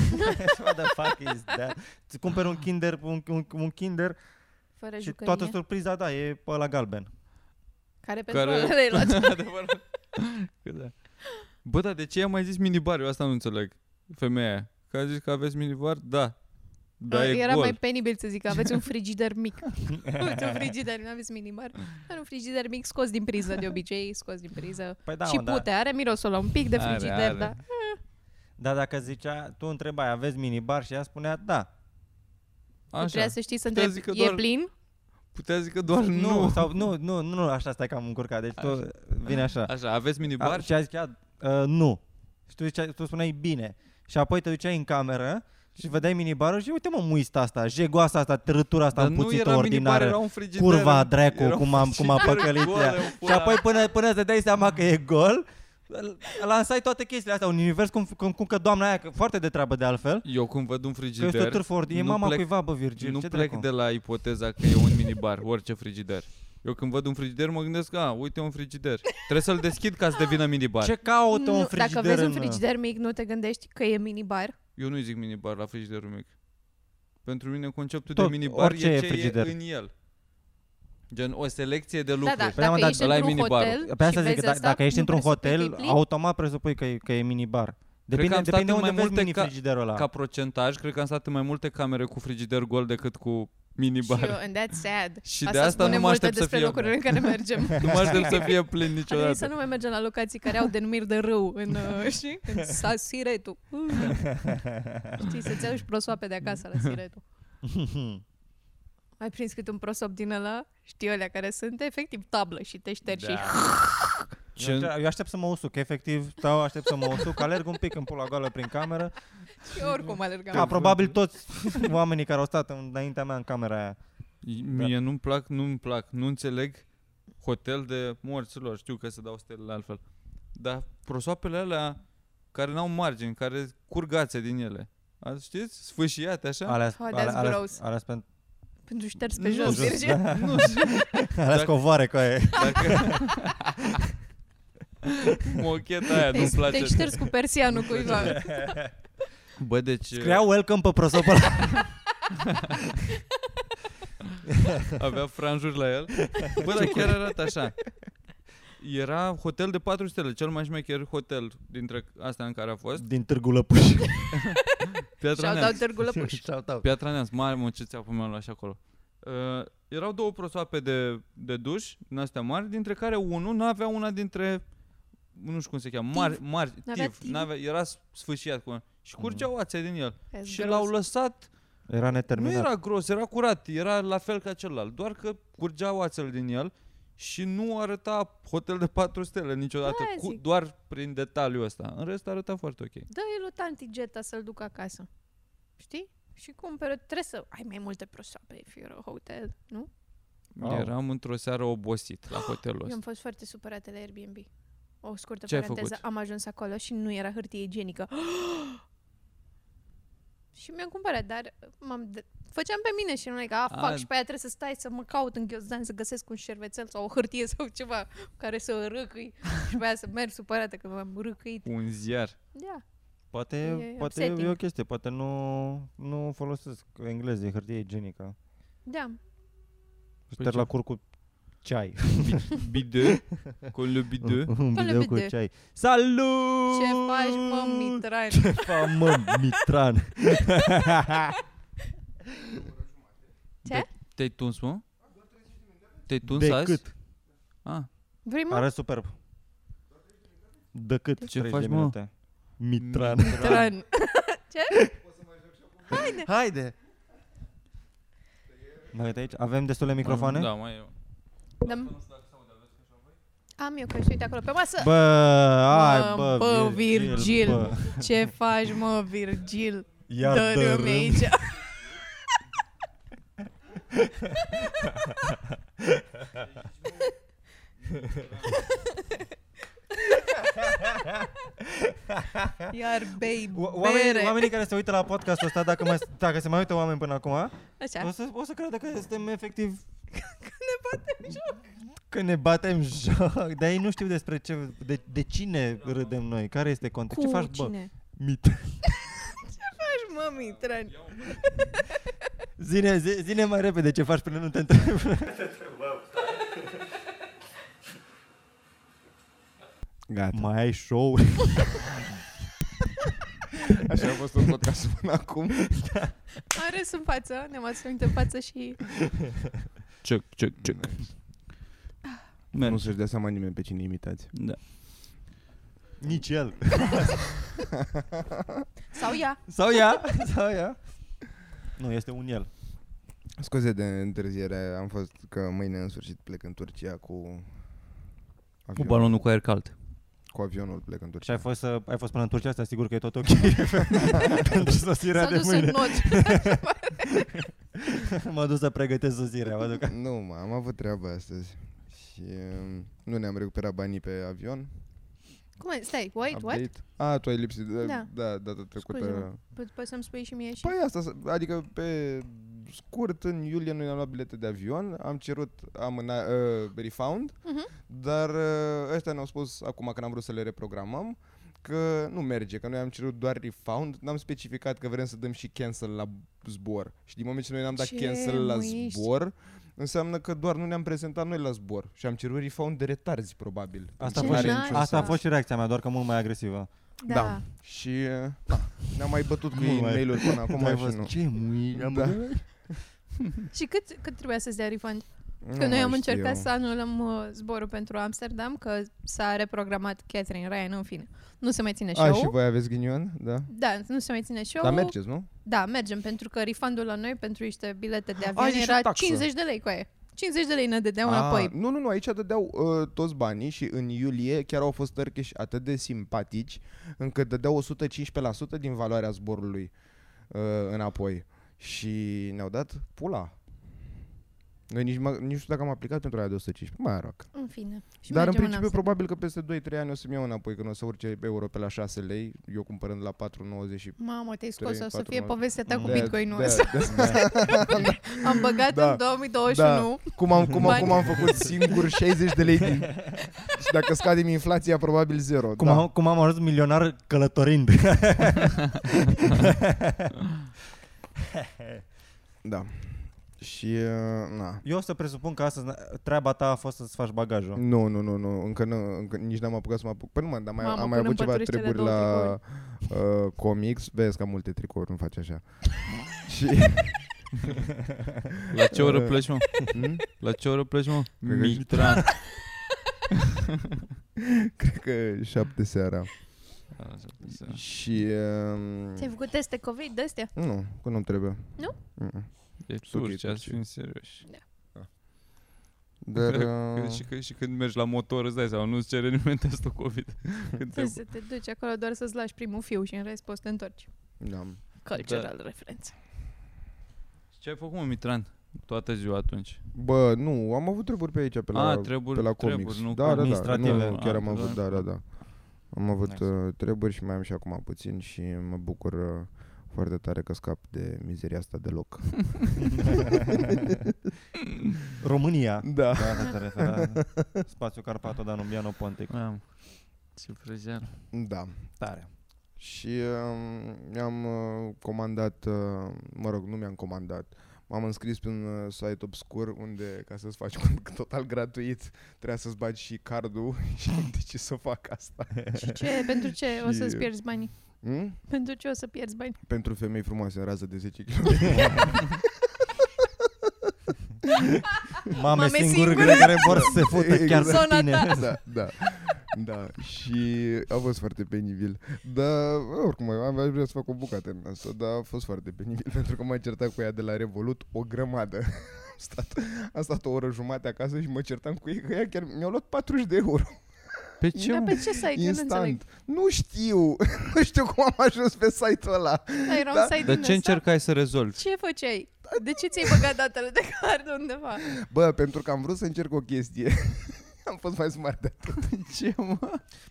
What the fuck is that? Îți cumperi un Kinder, un, un, un Kinder
Fără
și
jucărie.
toată surpriza, da, e pe la galben.
Care pentru
Care-
care... le luat.
Adevărat. Că da. Bă, dar de ce i-am mai zis minibar? Eu asta nu înțeleg. Femeia aia. Că a zis că aveți minibar? Da. Da, e
Uh, Ă, Era
gol.
mai penibil să zic că aveți un frigider mic. aveți un frigider, nu aveți minimar. Dar un frigider mic scos din priză, de obicei, scos din priză.
Păi da,
și
mă, da.
pute, are mirosul la un pic de
Are,
frigider,
are.
da.
Dar da, dacă zicea, tu întrebai, aveți minibar și ea spunea, da.
Așa. Trebuia
Așa.
să știi să
Putea
întrebi,
zic că
e
doar-
plin?
Putea zic că doar
nu.
Oh, nu.
Sau, nu, nu, nu, așa stai că am încurcat, deci tu vine așa.
Așa, aveți
A,
minibar?
și a zicea, "Uh, nu. Și tu, ziceai, tu spuneai bine. Și apoi te duceai în cameră și vedeai minibarul și uite mă muista asta, jegoasa asta, tărătura asta
Dar nu
împuțită,
era minibar,
ordinară.
era un frigider.
curva dracu
Era un
cum, am, cum a
frigider
păcălit
gol,
ea.
în
Și
pula
apoi până, până să dai seama că e gol, l- lansai toate chestiile astea, un univers cum, cum, cum că doamna aia, că foarte de treabă de altfel,
Eu când văd un
că este o
frigider,
târfă ordine, e
nu
mama
plec-
cuiva, bă, Virgil,
nu
ce
plec
dracu?
de la ipoteza că e un minibar, orice frigider. Eu când văd un frigider mă gândesc, a, uite un frigider. Trebuie să-l deschid ca să devină minibar.
Ce caută
Nu,
un frigider
Dacă vezi
în...
uh,
un frigider mic, nu te gândești că e minibar? Da,
Eu nu-i zic minibar la frigiderul mic. Pentru mine conceptul
Tot,
de minibar
orice
e
e
ce
frigider.
e în el. Gen o selecție de lucruri.
Da, da,
Păi da, mă,
dacă
dar
ești
ăla e
într-un
minibarul.
hotel
Pe
și
asta zic,
vezi
că da-
asta,
dacă ești
nu
într-un
presupui că e
hotel,
plin?
automat presupui că e, că e minibar.
că
Depinde,
am stat
depinde
în mai
unde vezi
multe
mini
ca-
frigiderul ăla.
Ca procentaj, cred că am stat în mai multe camere cu frigider gol decât cu
Și eu,
minibar.
and that's sad.
Și de asta
spune
nu
multe
mă aștept să
despre
fie-
locurile în care mergem.
Nu mă aștept să fie plin
Ar trebui să
niciodată.
nu mai mergem la locații care au denumiri de râu în, uh, și în sa- siretul. Uh. Știi, să-ți aduci prosoape de acasă la siretul. Ai prins cât un prosop din ăla, știi alea care sunt, efectiv tablă și te ștergi da. și
Eu aștept- Eu aștept să mă usuc, efectiv, stau, aștept să mă usuc, alerg un pic în pula goală prin cameră
Și oricum alergam.
Ca probabil toți oamenii care au stat înaintea mea în camera aia.
Mie nu-mi plac, nu-mi plac, nu înțeleg hotel de morților, știu că se dau stelele altfel. Dar prosoapele alea care n-au margini, care curg ațe din ele. A, știți? Sfâșiate așa?
Alea,
Oh, that's
alea, alea,
gross.
alea, spent-
Pentru șters pe
Nu, Da,
jos,
jos,
Virgil.
Nu,
alea
Dacă-
scovoare cu aia.
dacă... Mocheta aia nu-mi
Te-ai- Te-ai
place. Da.
șters cu persianul cuiva.
Bă, deci
Scria welcome pe prosopul ăla.
uh, avea franjuri la el. Bă, dar chiar arată așa. Era hotel de 4 stele, cel mai șmecher hotel dintre astea în care a fost.
Din Târgu Lăpuș.
Piatra
Și-au
Neamț.
dat târgul lăpuș.
Shout-out.
Piatra Neamț, mare mă, ce ți-a pus așa acolo. Uh, erau două prosoape de, de duș, din astea mari, dintre care unul n-avea una dintre, nu știu cum se cheamă, mari, mari,
N-avea
tiv,
tiv. Mm.
n-avea, era sfâșiat cu și curgeau ațe din el.
That's
și
gross.
l-au lăsat
Era
Nu
neterminat.
era gros, era curat, era la fel ca celălalt, doar că curgea oațel din el și nu arăta hotel de 4 stele niciodată,
Aia
cu,
zic.
doar prin detaliul ăsta. În rest arăta foarte ok.
Dă-i lui tanti Geta să-l ducă acasă. Știi? Și cumpără, trebuie să ai mai multe prosoape if you're a hotel, nu?
Wow.
Eram într-o seară obosit la hotelul
Eu
ăsta.
am fost foarte supărată la Airbnb. O scurtă
Ce ai
paranteză,
făcut?
am ajuns acolo și nu era hârtie igienică. și mi-am cumpărat, dar m-am de- făceam pe mine și nu like, a,
A.
fac și pe aia trebuie să stai să mă caut în ghiozdan să găsesc un șervețel sau o hârtie sau ceva cu care să o răcâi și pe aia să merg supărată că m-am răcâit.
Cu un ziar.
Da,
Poate,
E
poate e
upsetting.
o chestie, poate nu, nu folosesc englezii, hârtie igienică.
da.
Șterg
Păi ce?
la cur cu ceai.
Bideu, cu le bideu.
Un
Cu
video cu
lebede.
ceai. Salut!
Ce faci, mă, Mitran?
Ce faci, mă, Mitran?
Ce?
Te-ai tuns, mă? Te-ai tuns
De
azi?
cât?
Ah,
Vrei, mă?
Arăt superb. De cât?
Ce
30
faci,
de
mă?
minute. Mitran.
Mitran.
Haide! Mă uit aici, avem destule microfoane?
Da, mai e.
Dăm. Da. Am eu, că și uite acolo pe masă.
Bă, ai,
Mă,
bă,
bă, Virgil.
bă.
Ce faci, mă, Virgil?
Iar
Dărâm
dărâm.
aici.
Iar bei
O- Oamenii,
bere.
oamenii care se uită la podcastul ăsta, dacă, mai, dacă se mai uită oameni până acum,
Așa.
o să, o să credă că suntem efectiv... Că ne batem joc. Că ne batem joc. Dar ei nu știu despre ce, de, de cine râdem noi, care este
Cu
context. ce faci, bă?
cine?
Mit.
Faci, mami, tran.
Zine, zi, zine mai repede ce faci până nu te întreb.
Gata.
mai ai show?
Așa a fost tot podcastul până acum.
Am râs în față, ne-am ascuns în față și...
Check, check, check.
Nu
Merge.
să-și dea seama nimeni pe cine imitați.
Da.
Nici el.
Sau ea.
Sau ea? Sau ea? Nu, este un el.
Scuze de întârziere, am fost că mâine în sfârșit plec în Turcia cu
Cu
avionul,
balonul cu aer cald.
cu avionul plec în
Și
Turcia.
ai fost, să- ai fost până în Turcia asta, sigur că e tot ok. Pentru sosirea
S-a
de
dus în
mâine.
not.
M-a dus să pregătesc sosirea, mă duc.
Nu, mă, am avut treabă astăzi. Și um, nu ne-am recuperat banii pe avion.
Cum e? Stai, wait, what?
Update. A, tu ai lipsit. Da,
Da.
da data trecută.
Scuze-mă. Po- Poți să-mi spui și mie și...
Păi asta, s- adică pe scurt, în iulie noi ne-am luat bilete de avion, am cerut amâna, uh, refund,
Mhm.
dar uh, ăștia ne-au spus acum când am vrut să le reprogramăm că nu merge, că noi am cerut doar refund, n-am specificat că vrem să dăm și cancel la zbor. Și din moment ce noi n-am dat
Ce
cancel la
muiești?
zbor, înseamnă că doar nu ne-am prezentat noi la zbor și am cerut refund de retarzi, probabil.
Asta a,
Ce
fost și,
N-are
n-ai
niciun
asta a
sens.
fost și reacția mea, doar că mult mai agresivă.
Da.
da. Și uh, da, ne-am mai bătut cu
Mult
ei
mai-
mail-uri până acum
Dar ai
și
fost,
nu.
Ce mui? am
Da.
băgat?"
Și cât, cât trebuia să-ți dea refund?
Nu
Că noi
mai
am
știu.
încercat să anulăm uh, zborul pentru Amsterdam, că s-a reprogramat Catherine Ryan, în fine. Nu se mai ține
A, și
show
voi aveți ghinion? Da.
Da, nu se mai ține show
Dar mergeți, nu?
Da, mergem, pentru că refundul la noi pentru niște bilete de
e
avion
și o
era
taxă.
50 de lei cu aia. 50 de lei ne dădeau înapoi.
Ah, Nu, nu, nu, aici dădeau uh, toți banii și în iulie chiar au fost tărcheși atât de simpatici încât dădeau 115% din valoarea zborului uh, înapoi. Și ne-au dat pula. Noi nici, mă, nici nu știu dacă am aplicat pentru aia de 115, mai roc.
În fine. Și
Dar în
mergem
principiu
Amsterdam.
probabil că peste 2-3 ani o să-mi iau înapoi când o să urce euro pe la 6 lei, eu cumpărând la 4,90 și...
Mamă, te-ai scos,
Trei,
o să
patru,
fie
nouă.
povestea ta cu
Da,
Bitcoin-ul
Da,
ăsta.
da, da.
Am băgat
Da,
în 2021.
Cum am, cum, am,
Bani.
cum am făcut singur 60 de lei din... Și dacă scadem inflația, probabil zero.
Cum,
da.
am, cum am ajuns milionar călătorind.
da. Și, uh, na.
Eu o să presupun că astăzi treaba ta a fost să-ți faci bagajul.
Nu, nu, nu, nu, încă, nu, încă nici n-am apucat să mă apuc. Păi nu, mă, dar mai,
Mamă,
am mai
până
avut ceva
împături cele
treburi
două
la uh, comics. Vezi că am multe tricouri, nu faci așa. și,
La ce oră pleci, mă?
hmm?
La ce oră pleci, mă?
Cred că și-
Mitran.
Cred că șapte seara. Și,
Ți-ai
uh,
făcut teste COVID de astea?
nu, că nu-mi trebuie.
Nu?
Mm-mm.
Deci
Ok,
turci, ați
turci.
fi serioși.
Dar,
Că-
uh,
și, că, și când mergi la motor îți dai seama, nu-ți cere nimeni testul COVID. Când
Păi
te...
Tu să te duci acolo doar să-ți lași primul fiu și în rest poți să te întorci.
da.
Cultural referență.
Ce ai făcut, mă, Mitran? Toată ziua atunci.
Bă, nu, am avut treburi pe aici, pe la,
A, treburi-
pe la comics.
treburi, nu
da, da, da,
administrative.
nu, nu, chiar
A,
am avut,
da.
da, da, da. Am avut
Nice.
uh, treburi și mai am și acum puțin și mă bucur uh, foarte tare că scap de mizeria asta deloc.
România.
Da.
Da, asta te referă. Spațiu Carpato Danubiano Pontic.
Am. Ce prăjeală.
Da.
Tare.
Și uh, mi-am uh, comandat, uh, mă rog, nu mi-am comandat, m-am înscris pe un uh, site obscur unde, ca să-ți faci cont total gratuit, trebuia să-ți bagi și cardul și am decis să fac asta.
Și ce, pentru ce o
Și-
să-ți pierzi banii?
Hmm?
Pentru ce o să pierzi bani?
Pentru femei frumoase în rază de 10 km.
Mame,
Mame
singure
singure.
care vor să se fute
Exact.
chiar pe
Zona
tine.
ta.
da, da. Da, și a fost foarte penibil. Dar, oricum, am aș vrea să fac o bucată în asta, dar a fost foarte penibil pentru că m-am certat cu ea de la Revolut o grămadă. Am stat, am stat o oră jumate acasă și mă certam cu ei că ea chiar mi-au luat 40 de euro
Pe ce,
Dar
mă?
pe ce site? Eu nu înțeleg.
instant. Nu știu, nu știu cum am ajuns pe site-ul ăla.
Da, era un
Da.
site
Dar
din ăsta?
ce încercai să rezolvi?
Ce făceai? De ce ți-ai băgat datele de card undeva?
Bă, pentru că am vrut să încerc o chestie. Am fost mai smart de atât.
Ce, mă?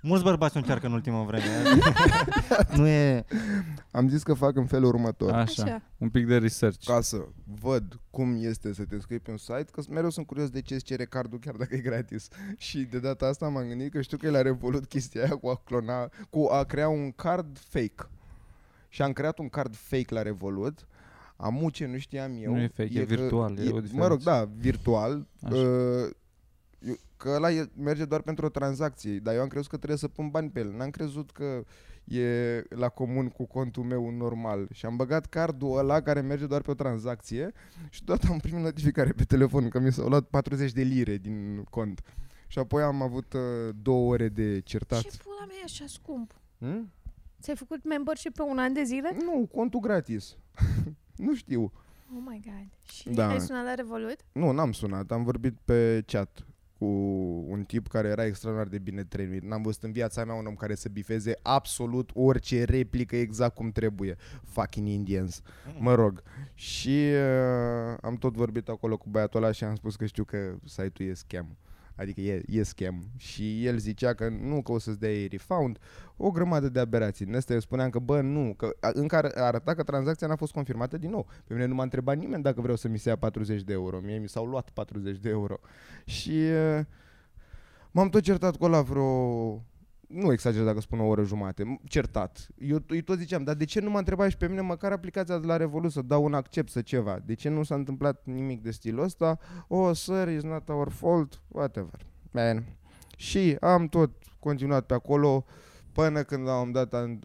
Mulți bărbați o încearcă în ultima vreme. nu e...
Am zis că fac în felul următor.
Așa.
Așa.
Un pic de research.
Deci, Ca să văd cum este să te înscrii pe un site, că mereu sunt curios de ce îți cere cardul chiar dacă e gratis. Și de data asta m-am gândit că știu că el a revolut chestia aia cu a clona, cu a crea un card fake. Și am creat un card fake la Revolut. Amu ce nu știam eu.
Nu e fake, e
că-
virtual, e o diferență.
mă rog, da, virtual.
Așa.
Uh, eu- că ăla e- merge doar pentru o tranzacție, dar eu am crezut că trebuie să pun bani pe el. N-am crezut că e la comun cu contul meu normal. Și am băgat cardul ăla care merge doar pe o tranzacție și deodată am primit notificare pe telefon că mi s-au luat 40 de lire din cont. Și apoi am avut uh, două ore de certat.
Ce pula mea e așa scump?
Hmm?
Ți-ai făcut membership pe un an de zile?
Nu, contul gratis. nu știu.
Oh my god. Și
Da.
da. ai sunat la Revolut?
Nu, n-am sunat, am vorbit pe chat cu un tip care era extraordinar de bine trăit. N-am văzut în viața mea un om care să bifeze absolut orice replică exact cum trebuie. Fucking Indians. Mă rog. Și uh, am tot vorbit acolo cu băiatul ăla și am spus că știu că site-ul e scam. Adică e, e scam. Și el zicea că nu, că o să-ți dea ei refund. O grămadă de aberații. În astea eu spuneam că bă, nu, că a- încă ar- arăta că tranzacția n-a fost confirmată din nou. Pe mine nu m-a întrebat nimeni dacă vreau să mi se ia 40 de euro. Mie mi s-au luat 40 de euro. Și uh, m-am tot certat cu ăla vreo nu exagerez dacă spun o oră jumate, m- certat. Eu îi tot ziceam, dar de ce nu m-a întrebat și pe mine măcar aplicația de la Revolut să dau un accept să ceva? De ce nu s-a întâmplat nimic de stilul ăsta? Oh, sir, it's not our fault, whatever. Man. Și am tot continuat pe acolo până când am dat, am,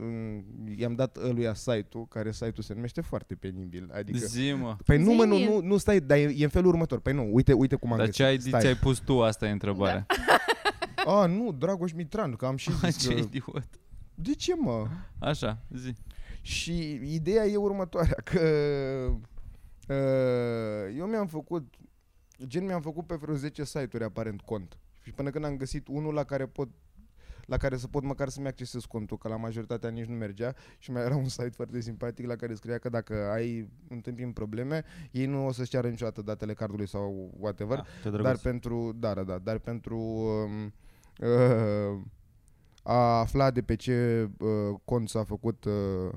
i-am dat ăluia site-ul, care site-ul se numește foarte penibil. Adică,
Zi, mă.
păi nu, mă, nu,
Zi-mi.
nu, nu stai, dar e, e, în felul următor. Păi nu, uite, uite cum am
Dar
găsit.
ce ai,
Stai.
ți-ai pus tu? Asta e întrebarea.
Da.
A, nu, Dragoș Mitran, că am și zis
ce
că...
idiot.
De ce, mă?
Așa, zi.
Și ideea e următoarea, că uh, eu mi-am făcut, gen mi-am făcut pe vreo 10 site-uri aparent cont. Și până când am găsit unul la care pot la care să pot măcar să-mi accesez contul, că la majoritatea nici nu mergea și mai era un site foarte simpatic la care scria că dacă ai întâmpin probleme, ei nu o să-și ceară niciodată datele cardului sau whatever,
Ce
dar
drăguț.
pentru, da, da, da, dar pentru um, uh, a afla de pe ce uh, cont s-a făcut, uh,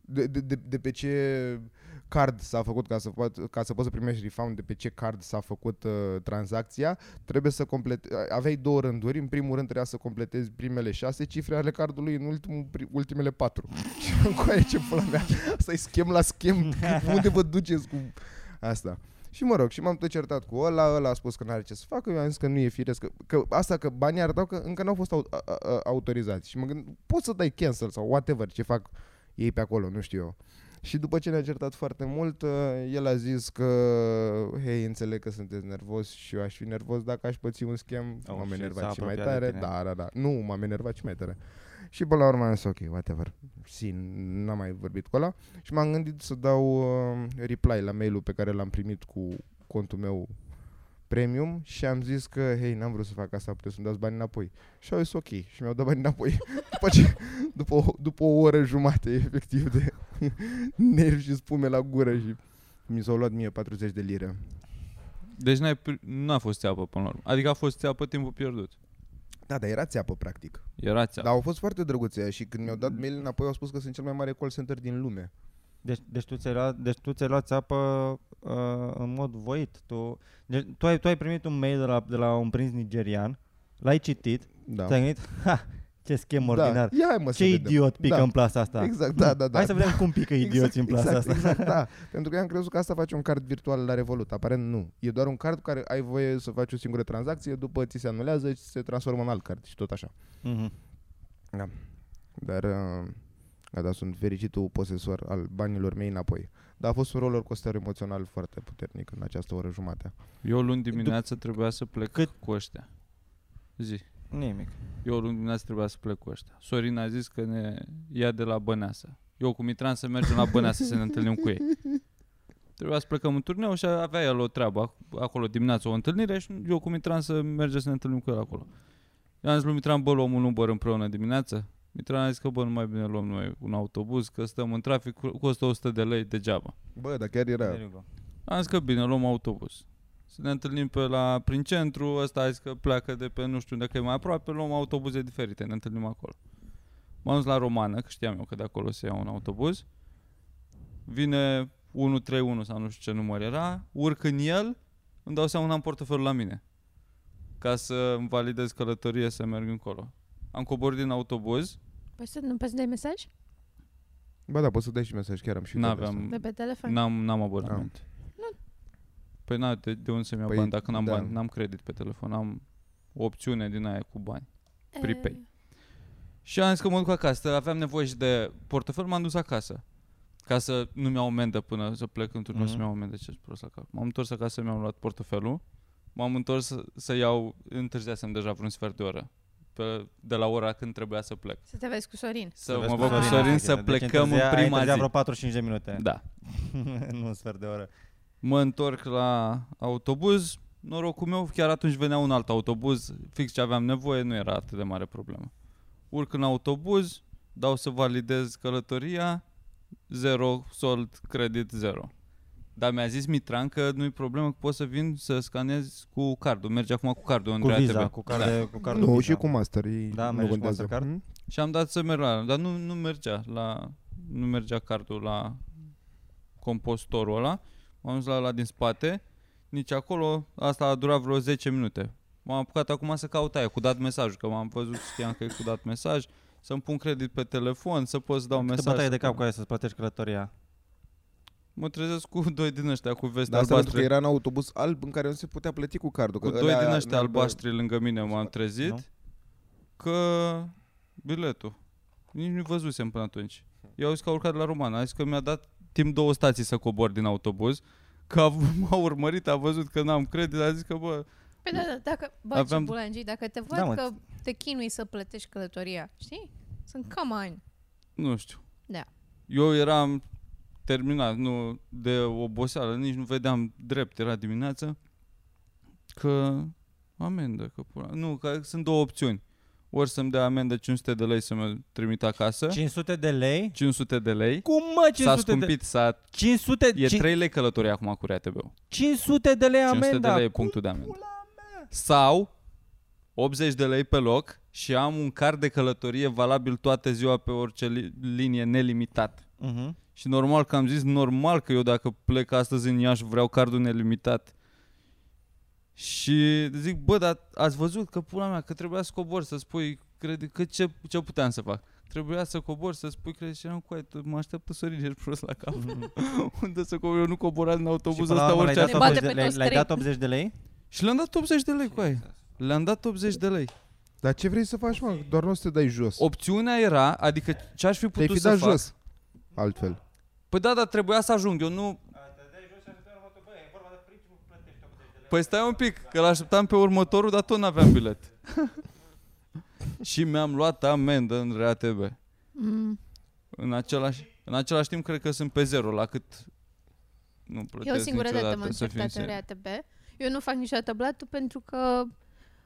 de, de, de, de pe ce card s-a făcut ca să, poat, ca să poți să primești refund de pe ce card s-a făcut uh, tranzacția, trebuie să complete, aveai două rânduri, în primul rând trebuia să completezi primele șase cifre ale cardului, în ultimul, pri- ultimele patru. Și cu aia ce pula mea, asta e schem la schem, unde vă duceți cu asta. Și mă rog, și m-am tot certat cu ăla, ăla a spus că n-are ce să facă, eu am zis că nu e firesc, că, că asta că banii arătau că încă n-au fost au, a, a, autorizați. Și mă gândesc, poți să dai cancel sau whatever ce fac ei pe acolo, nu știu eu. Și după ce ne-a certat foarte mult, uh, el a zis că, hei, înțeleg că sunteți nervos și eu aș fi nervos dacă aș păți un schem,
Oh,
m-am
shit, s-a
enervat și mai
apropiat de
tare,
tine.
da, da, da, nu, m-am enervat și mai tare. Și până la urmă am zis, ok, whatever, si, n-am mai vorbit cu ăla. Și m-am gândit să dau uh, reply la mail-ul pe care l-am primit cu contul meu premium și am zis că, hei, n-am vrut să fac asta, puteți să-mi dați bani înapoi. Și au zis ok și mi-au dat bani înapoi. după, ce, după, o- după o oră jumate, efectiv, de nervi și spume la gură și mi s-au luat mie 40 de lire.
Deci n-ai, pri- n-a fost țeapă până la urmă. Adică a fost țeapă timpul pierdut.
Da, dar era țeapă, practic.
Era
Da.
țeapă.
Dar au fost foarte drăguțe și când mi-au dat mail înapoi au spus că sunt cel mai mare call center din lume.
Deci, deci, tu ți-ai luat, deci tu ți-ai luat țeapă uh, în mod voit. Tu, deci, tu, ai, tu ai primit un mail de la, de la un prins nigerian, l-ai citit,
Da.
ți-ai gândit, ha, ce schem ordinar.
Da. Ia hai mă să
Ce
vedem.
idiot pică
Da.
în plasa asta.
Exact, da, da, da.
Hai să vedem cum pică idioții în plasa
exact,
asta.
Exact, da. Pentru că eu am crezut că asta face un card virtual la Revolut. Aparent nu. E doar un card cu care ai voie să faci o singură tranzacție, după ți se anulează și se transformă în alt card și tot așa.
Mhm.
Dar, uh, gata, sunt fericitul posesor al banilor mei înapoi. Dar a fost un roller coaster emoțional foarte puternic în această oră jumate.
Eu luni dimineață trebuia să plec Cât? cu ăștia. Zi.
Nimic.
Eu luni dimineață trebuia să plec cu ăștia. Sorin a zis că ne ia de la Băneasa. Eu cu Mitran să mergem la Băneasa să ne întâlnim cu ei. Trebuia să plecăm în turneu și avea el o treabă ac- acolo dimineața, o întâlnire și eu cu Mitran să mergem să ne întâlnim cu el acolo. I-am zis lui Mitran, bă, luăm un Uber împreună dimineața. Mitran a zis că, bă, nu mai bine luăm noi un autobuz, că stăm în trafic, cu- costă 100 de lei degeaba.
Bă, dar chiar era...
There you go.
Am zis că bine, luăm autobuz. Să ne întâlnim pe la prin centru, ăsta a zis că pleacă de pe nu știu unde că e mai aproape, luăm autobuze diferite, ne întâlnim acolo. M-am dus la Romană, că știam eu că de acolo se ia un autobuz. Vine 131 sau nu știu ce număr era, urc în el, îmi dau seama că n-am portofelul la mine. Ca să îmi validez călătorie să merg încolo. Am coborât din autobuz,
Păi să nu poți să dai mesaj?
Ba da, poți să dai și mesaj, chiar am și uitat de asta.
De
n-aveam,
pe telefon?
n-am, n-am abonament. Păi na, de, de unde să-mi iau
Păi,
bani dacă n-am
da.
bani? N-am credit pe telefon, am o opțiune din aia cu bani.
Eh,
prepaid. Și am zis că mă duc acasă, aveam nevoie și de portofel, m-am dus acasă. Ca să nu-mi iau amendă până să plec într-un mm-hmm.
Mhm.
să-mi iau amendă, ce prost la cap. M-am întors acasă, mi-am luat portofelul, m-am întors să, să iau, întârziasem deja vreun sfert de oră, pe, de la ora când trebuia să plec.
Să te vezi cu Sorin.
Să
vezi
mă
cu
văd cu
Sorin,
Sorin
ok,
să
deci
plecăm în
întârzia- ai
prima
întârziat
zi.
vreo 45 de minute.
Da.
nu un sfert de oră.
Mă întorc la autobuz, norocul meu, chiar atunci venea un alt autobuz, fix ce aveam nevoie, nu era atât de mare problemă. Urc în autobuz, dau să validez călătoria, zero, sold, credit, zero. Dar mi-a zis Mitran că nu-i problemă, că pot să vin să scanez cu cardul. Merge acum cu cardul în
Cu
Andreea
Visa,
TV.
cu cardul, cu cardul
Nu,
Visa.
și cu master, ei
Da, mergi
nu
cu
contează.
Mastercard?
Mm?
Și am dat să merg la dar nu, nu mergea la, nu mergea cardul la compostorul ăla. M-am dus la la din spate, nici acolo, asta a durat vreo 10 minute. M-am apucat acum să caut aia, cu dat mesajul, că m-am văzut, știam că e cu dat mesaj, să-mi pun credit pe telefon, să pot să dau
Câte
mesaj.
bătaie de
să-
cap cu aia să-ți plătești călătoria.
Mă trezesc cu doi din ăștia, cu veste
Dar asta pentru că
albastră.
era în autobuz alb în care nu se putea plăti cu cardul.
Cu
că
doi
ăla
din
meargă-
ăștia albaștri lângă mine m-am trezit,
nu?
că biletul. Nici nu văzusem până atunci. Eu au zis că a urcat la Roman, a zis că mi-a dat timp două stații să cobor din autobuz, că a, m-a urmărit, a văzut că n-am credit, a zis că bă,
Păi da, da, dacă, bă, Aveam...
Aveam-
ce bulangii, dacă te văd
Da, mă.
că te chinui să plătești călătoria, știi? Sunt cam ani.
nu știu.
Da.
Eu eram terminat, nu de oboseală, nici nu vedeam drept, era dimineață, că amendă, că pula. Nu, că sunt două opțiuni. Ori să-mi dea amendă 500 de lei să mă trimit acasă,
500 de lei?
500 de lei,
Cum mă
Da. s-a
500 de...
scumpit, s-a
500,
E
ci-
3 lei călătorie acum cu RATB-ul.
500 de lei
500 de
amenda.
lei e punctul de amendă. Sau 80 de lei pe loc și am un card de călătorie valabil toată ziua pe orice li- linie nelimitat.
Mhm.
Și normal că am zis, normal că eu dacă plec astăzi în Iași vreau cardul nelimitat. Și zic, bă, dar ați văzut că pula mea, că trebuia să cobor să spui, cred, că ce, ce puteam să fac? Trebuia să cobor să spui, cred, și eram cu aia, mă așteaptă Sorin, ești prost la cap. Unde să cobor? Eu nu coboram din
Și
autobuz
până la
ăsta
urmă le-ai
orice
dat
Ne
80
bate
de-
pe
le-ai-
toți
le-ai
trei.
dat 80 de lei?
Și le-am dat 80 de lei cu aia. Le-am dat 80 de lei.
Dar ce vrei să faci, mă? Doar nu să te dai jos.
Opțiunea era, adică ce aș fi
Te-ai
putut
fi
să
dat
fac.
jos. Altfel.
Păi da, dar trebuia să ajung. Eu nu... Păi stai un pic, că l-așteptam pe următorul, dar tot n-aveam bilet. și mi-am luat amendă în RATB.
Mm.
În același, în același timp, cred că sunt pe zero, la cât nu
Eu
plătesc
o singură dată
niciodată,
m-am
să fim
certat în
sinceri.
RATB. Eu nu fac niciodată blatul pentru că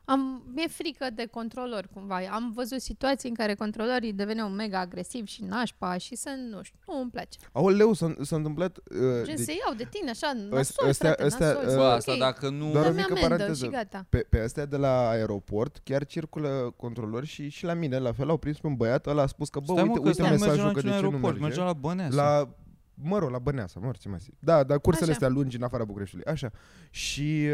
am, mi-e frică de controlor cumva. Am văzut situații în care controlorii deveneau mega agresivi și nașpa și să nu știu, nu îmi place.
Aoleu, s-a, s-a întâmplat... Uh,
Gen,
de-
se iau de tine așa, nasol,
ăstea-
frate,
ăstea,
nasol.
uh,
Bă,
Ok.
asta dacă nu...
Doar o
Dă-mi
mică
amendă
paranteză.
și gata.
pe, pe astea de la aeroport chiar circulă controlori și, și la mine, la fel, au prins pe un băiat, ăla a spus că, bă,
Stai,
uite,
mă, că ăsta
uite
nu merge la
mesajul că
niciun
de ce nu
aeroport,
merge.
mergea la Băneasa.
La, mă rog, la Băneasa, mă rog, ce mai zic. Da, dar cursele
Așa.
astea lungi în afara Bucureștiului. Așa. Și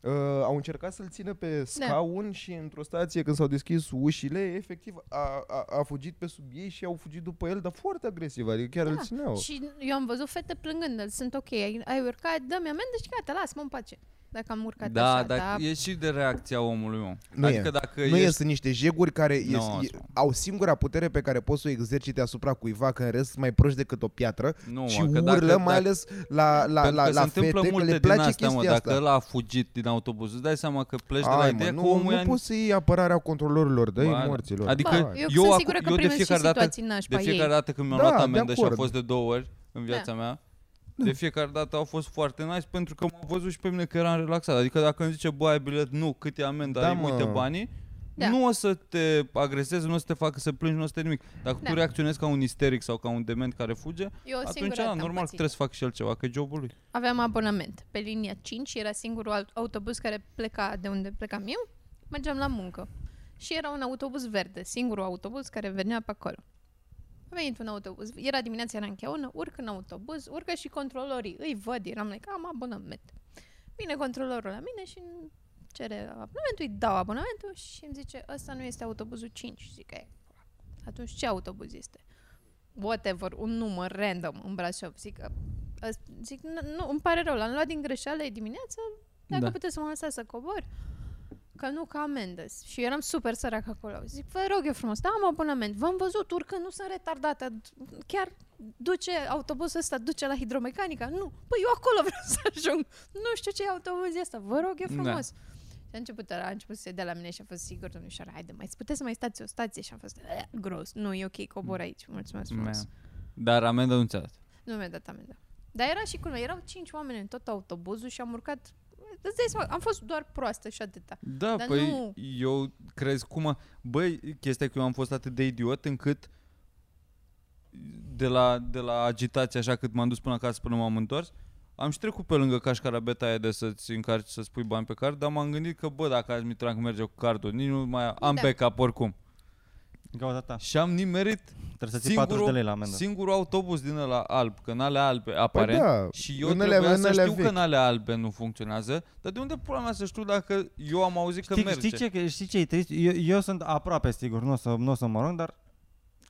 uh, au încercat să-l țină
Da.
pe scaun și într-o stație când s-au deschis ușile, efectiv a, a, a fugit pe sub ei și au fugit după el, dar foarte agresiv, adică chiar
Da,
îl țineau.
Și eu am văzut fete plângând, sunt ok, ai, ai urcat, dă-mi amendă și gata, lasă-mă în pace. Dacă am urcat
da,
așa,
dar e și de reacția omului meu.
Nu
adică
e.
dacă
nu
ești...
este niște jeguri care
Nu,
no,
asta.
au singura putere pe care poți să o exercite asupra cuiva, că în rest sunt mai proști decât o piatră
Nu, mă,
și
că
urlă,
dacă,
mai ales la, la,
Pentru
la,
că se
la fete,
întâmplă
că
multe
le
din
place
astea, mă,
chestia
dacă
asta.
ăla a fugit din autobuz, îți dai seama că pleci de la
Hai,
ideea
mă,
că
nu,
omul e
nu poți să iei apărarea controlorilor, dă-i
Ba,
morților. păi
adică-
Bă, eu,
eu
sunt
acu-
sigură că
eu de
primesc și
fiecare dată-
situații nașpa
De fiecare
ei.
dată când mi-am
Da,
luat
de
amendă și a
acord.
fost de două ori în viața
Da.
mea, de fiecare dată au fost foarte nice pentru că m-au văzut și pe mine că eram relaxat. Adică dacă îmi zice, bă, ai bilet, nu, cât e amenda,
Da,
ai,
mă.
uite banii,
Da.
Nu o să te agreseze, nu o să te facă să plângi, nu o să te nimic. Dacă
Da.
tu reacționezi ca un isteric sau ca un dement care fuge,
Eu
atunci,
singură
da,
am
normal,
pățit.
trebuie să facă și el ceva, că e jobul lui.
Aveam abonament pe linia 5, era singurul alt autobuz care pleca de unde plecam eu, mergeam la muncă. Și era un autobuz verde, singurul autobuz care venea pe acolo. A venit un autobuz, era dimineața, era încheună, urc în autobuz, urcă și controlorii, îi văd, eram like, am abonament. Vine controlorul la mine și îmi cere abonamentul, îi dau abonamentul și îmi zice, ăsta nu este autobuzul 5. Zic, e, atunci ce autobuz este? Whatever, un număr random în Brașov. Zic, Ăs- Zic, "Nu, nu, îmi pare rău, l-am luat din greșeală e dimineață, dacă
Da.
da. puteți să mă lăsați să cobor. Că nu, ca amendă. Și eram super sărac acolo. Zic, vă rog eu frumos, da, am abonament. V-am văzut, urcă, nu sunt retardată. D- Chiar duce autobuzul ăsta, duce la hidromecanica. Nu, păi eu acolo vreau să ajung. Nu știu ce e autobuz ăsta, vă rog eu
Da.
frumos. Și a început, a început să se dea la mine și a fost sigur, domnișoara, haide, mai puteți să mai stați o stație? Și am fost, "Eh, gros, nu, e ok,
Mm.
cobor aici, mulțumesc frumos.
Man. Dar amenda nu ți-a dat.
Nu mi-a dat amendă. Dar era și culmea, erau cinci oameni în tot autobuzul și am urcat... Îți dai seama, am fost doar proastă și atâta.
Da,
Dar
păi
nu-
eu crezi cum... a- Băi, chestia e că eu am fost atât de idiot încât de la, de la agitație așa cât m-am dus până acasă până m-am întors, am și trecut pe lângă cașcara beta aia de să-ți încarci să-ți pui bani pe card, dar m-am gândit că, bă, dacă azi mi că merge cu cardul, nici nu mai am
Da.
pe cap oricum.
Gauza ta.
Și am nimerit
Trebuie să ții 40 de lei la amendă.
singurul autobuz din ăla alb, că în alea albe, aparent.
da,
și eu
în alea-
trebuia
în
să
alea
știu că
vechi.
în alea albe nu funcționează, dar de unde pula mea să știu dacă eu am auzit că
Știi,
merge?
știi, ce, că- știi ce e trist? Eu, eu sunt aproape sigur, nu o să, nu o să mă rog, dar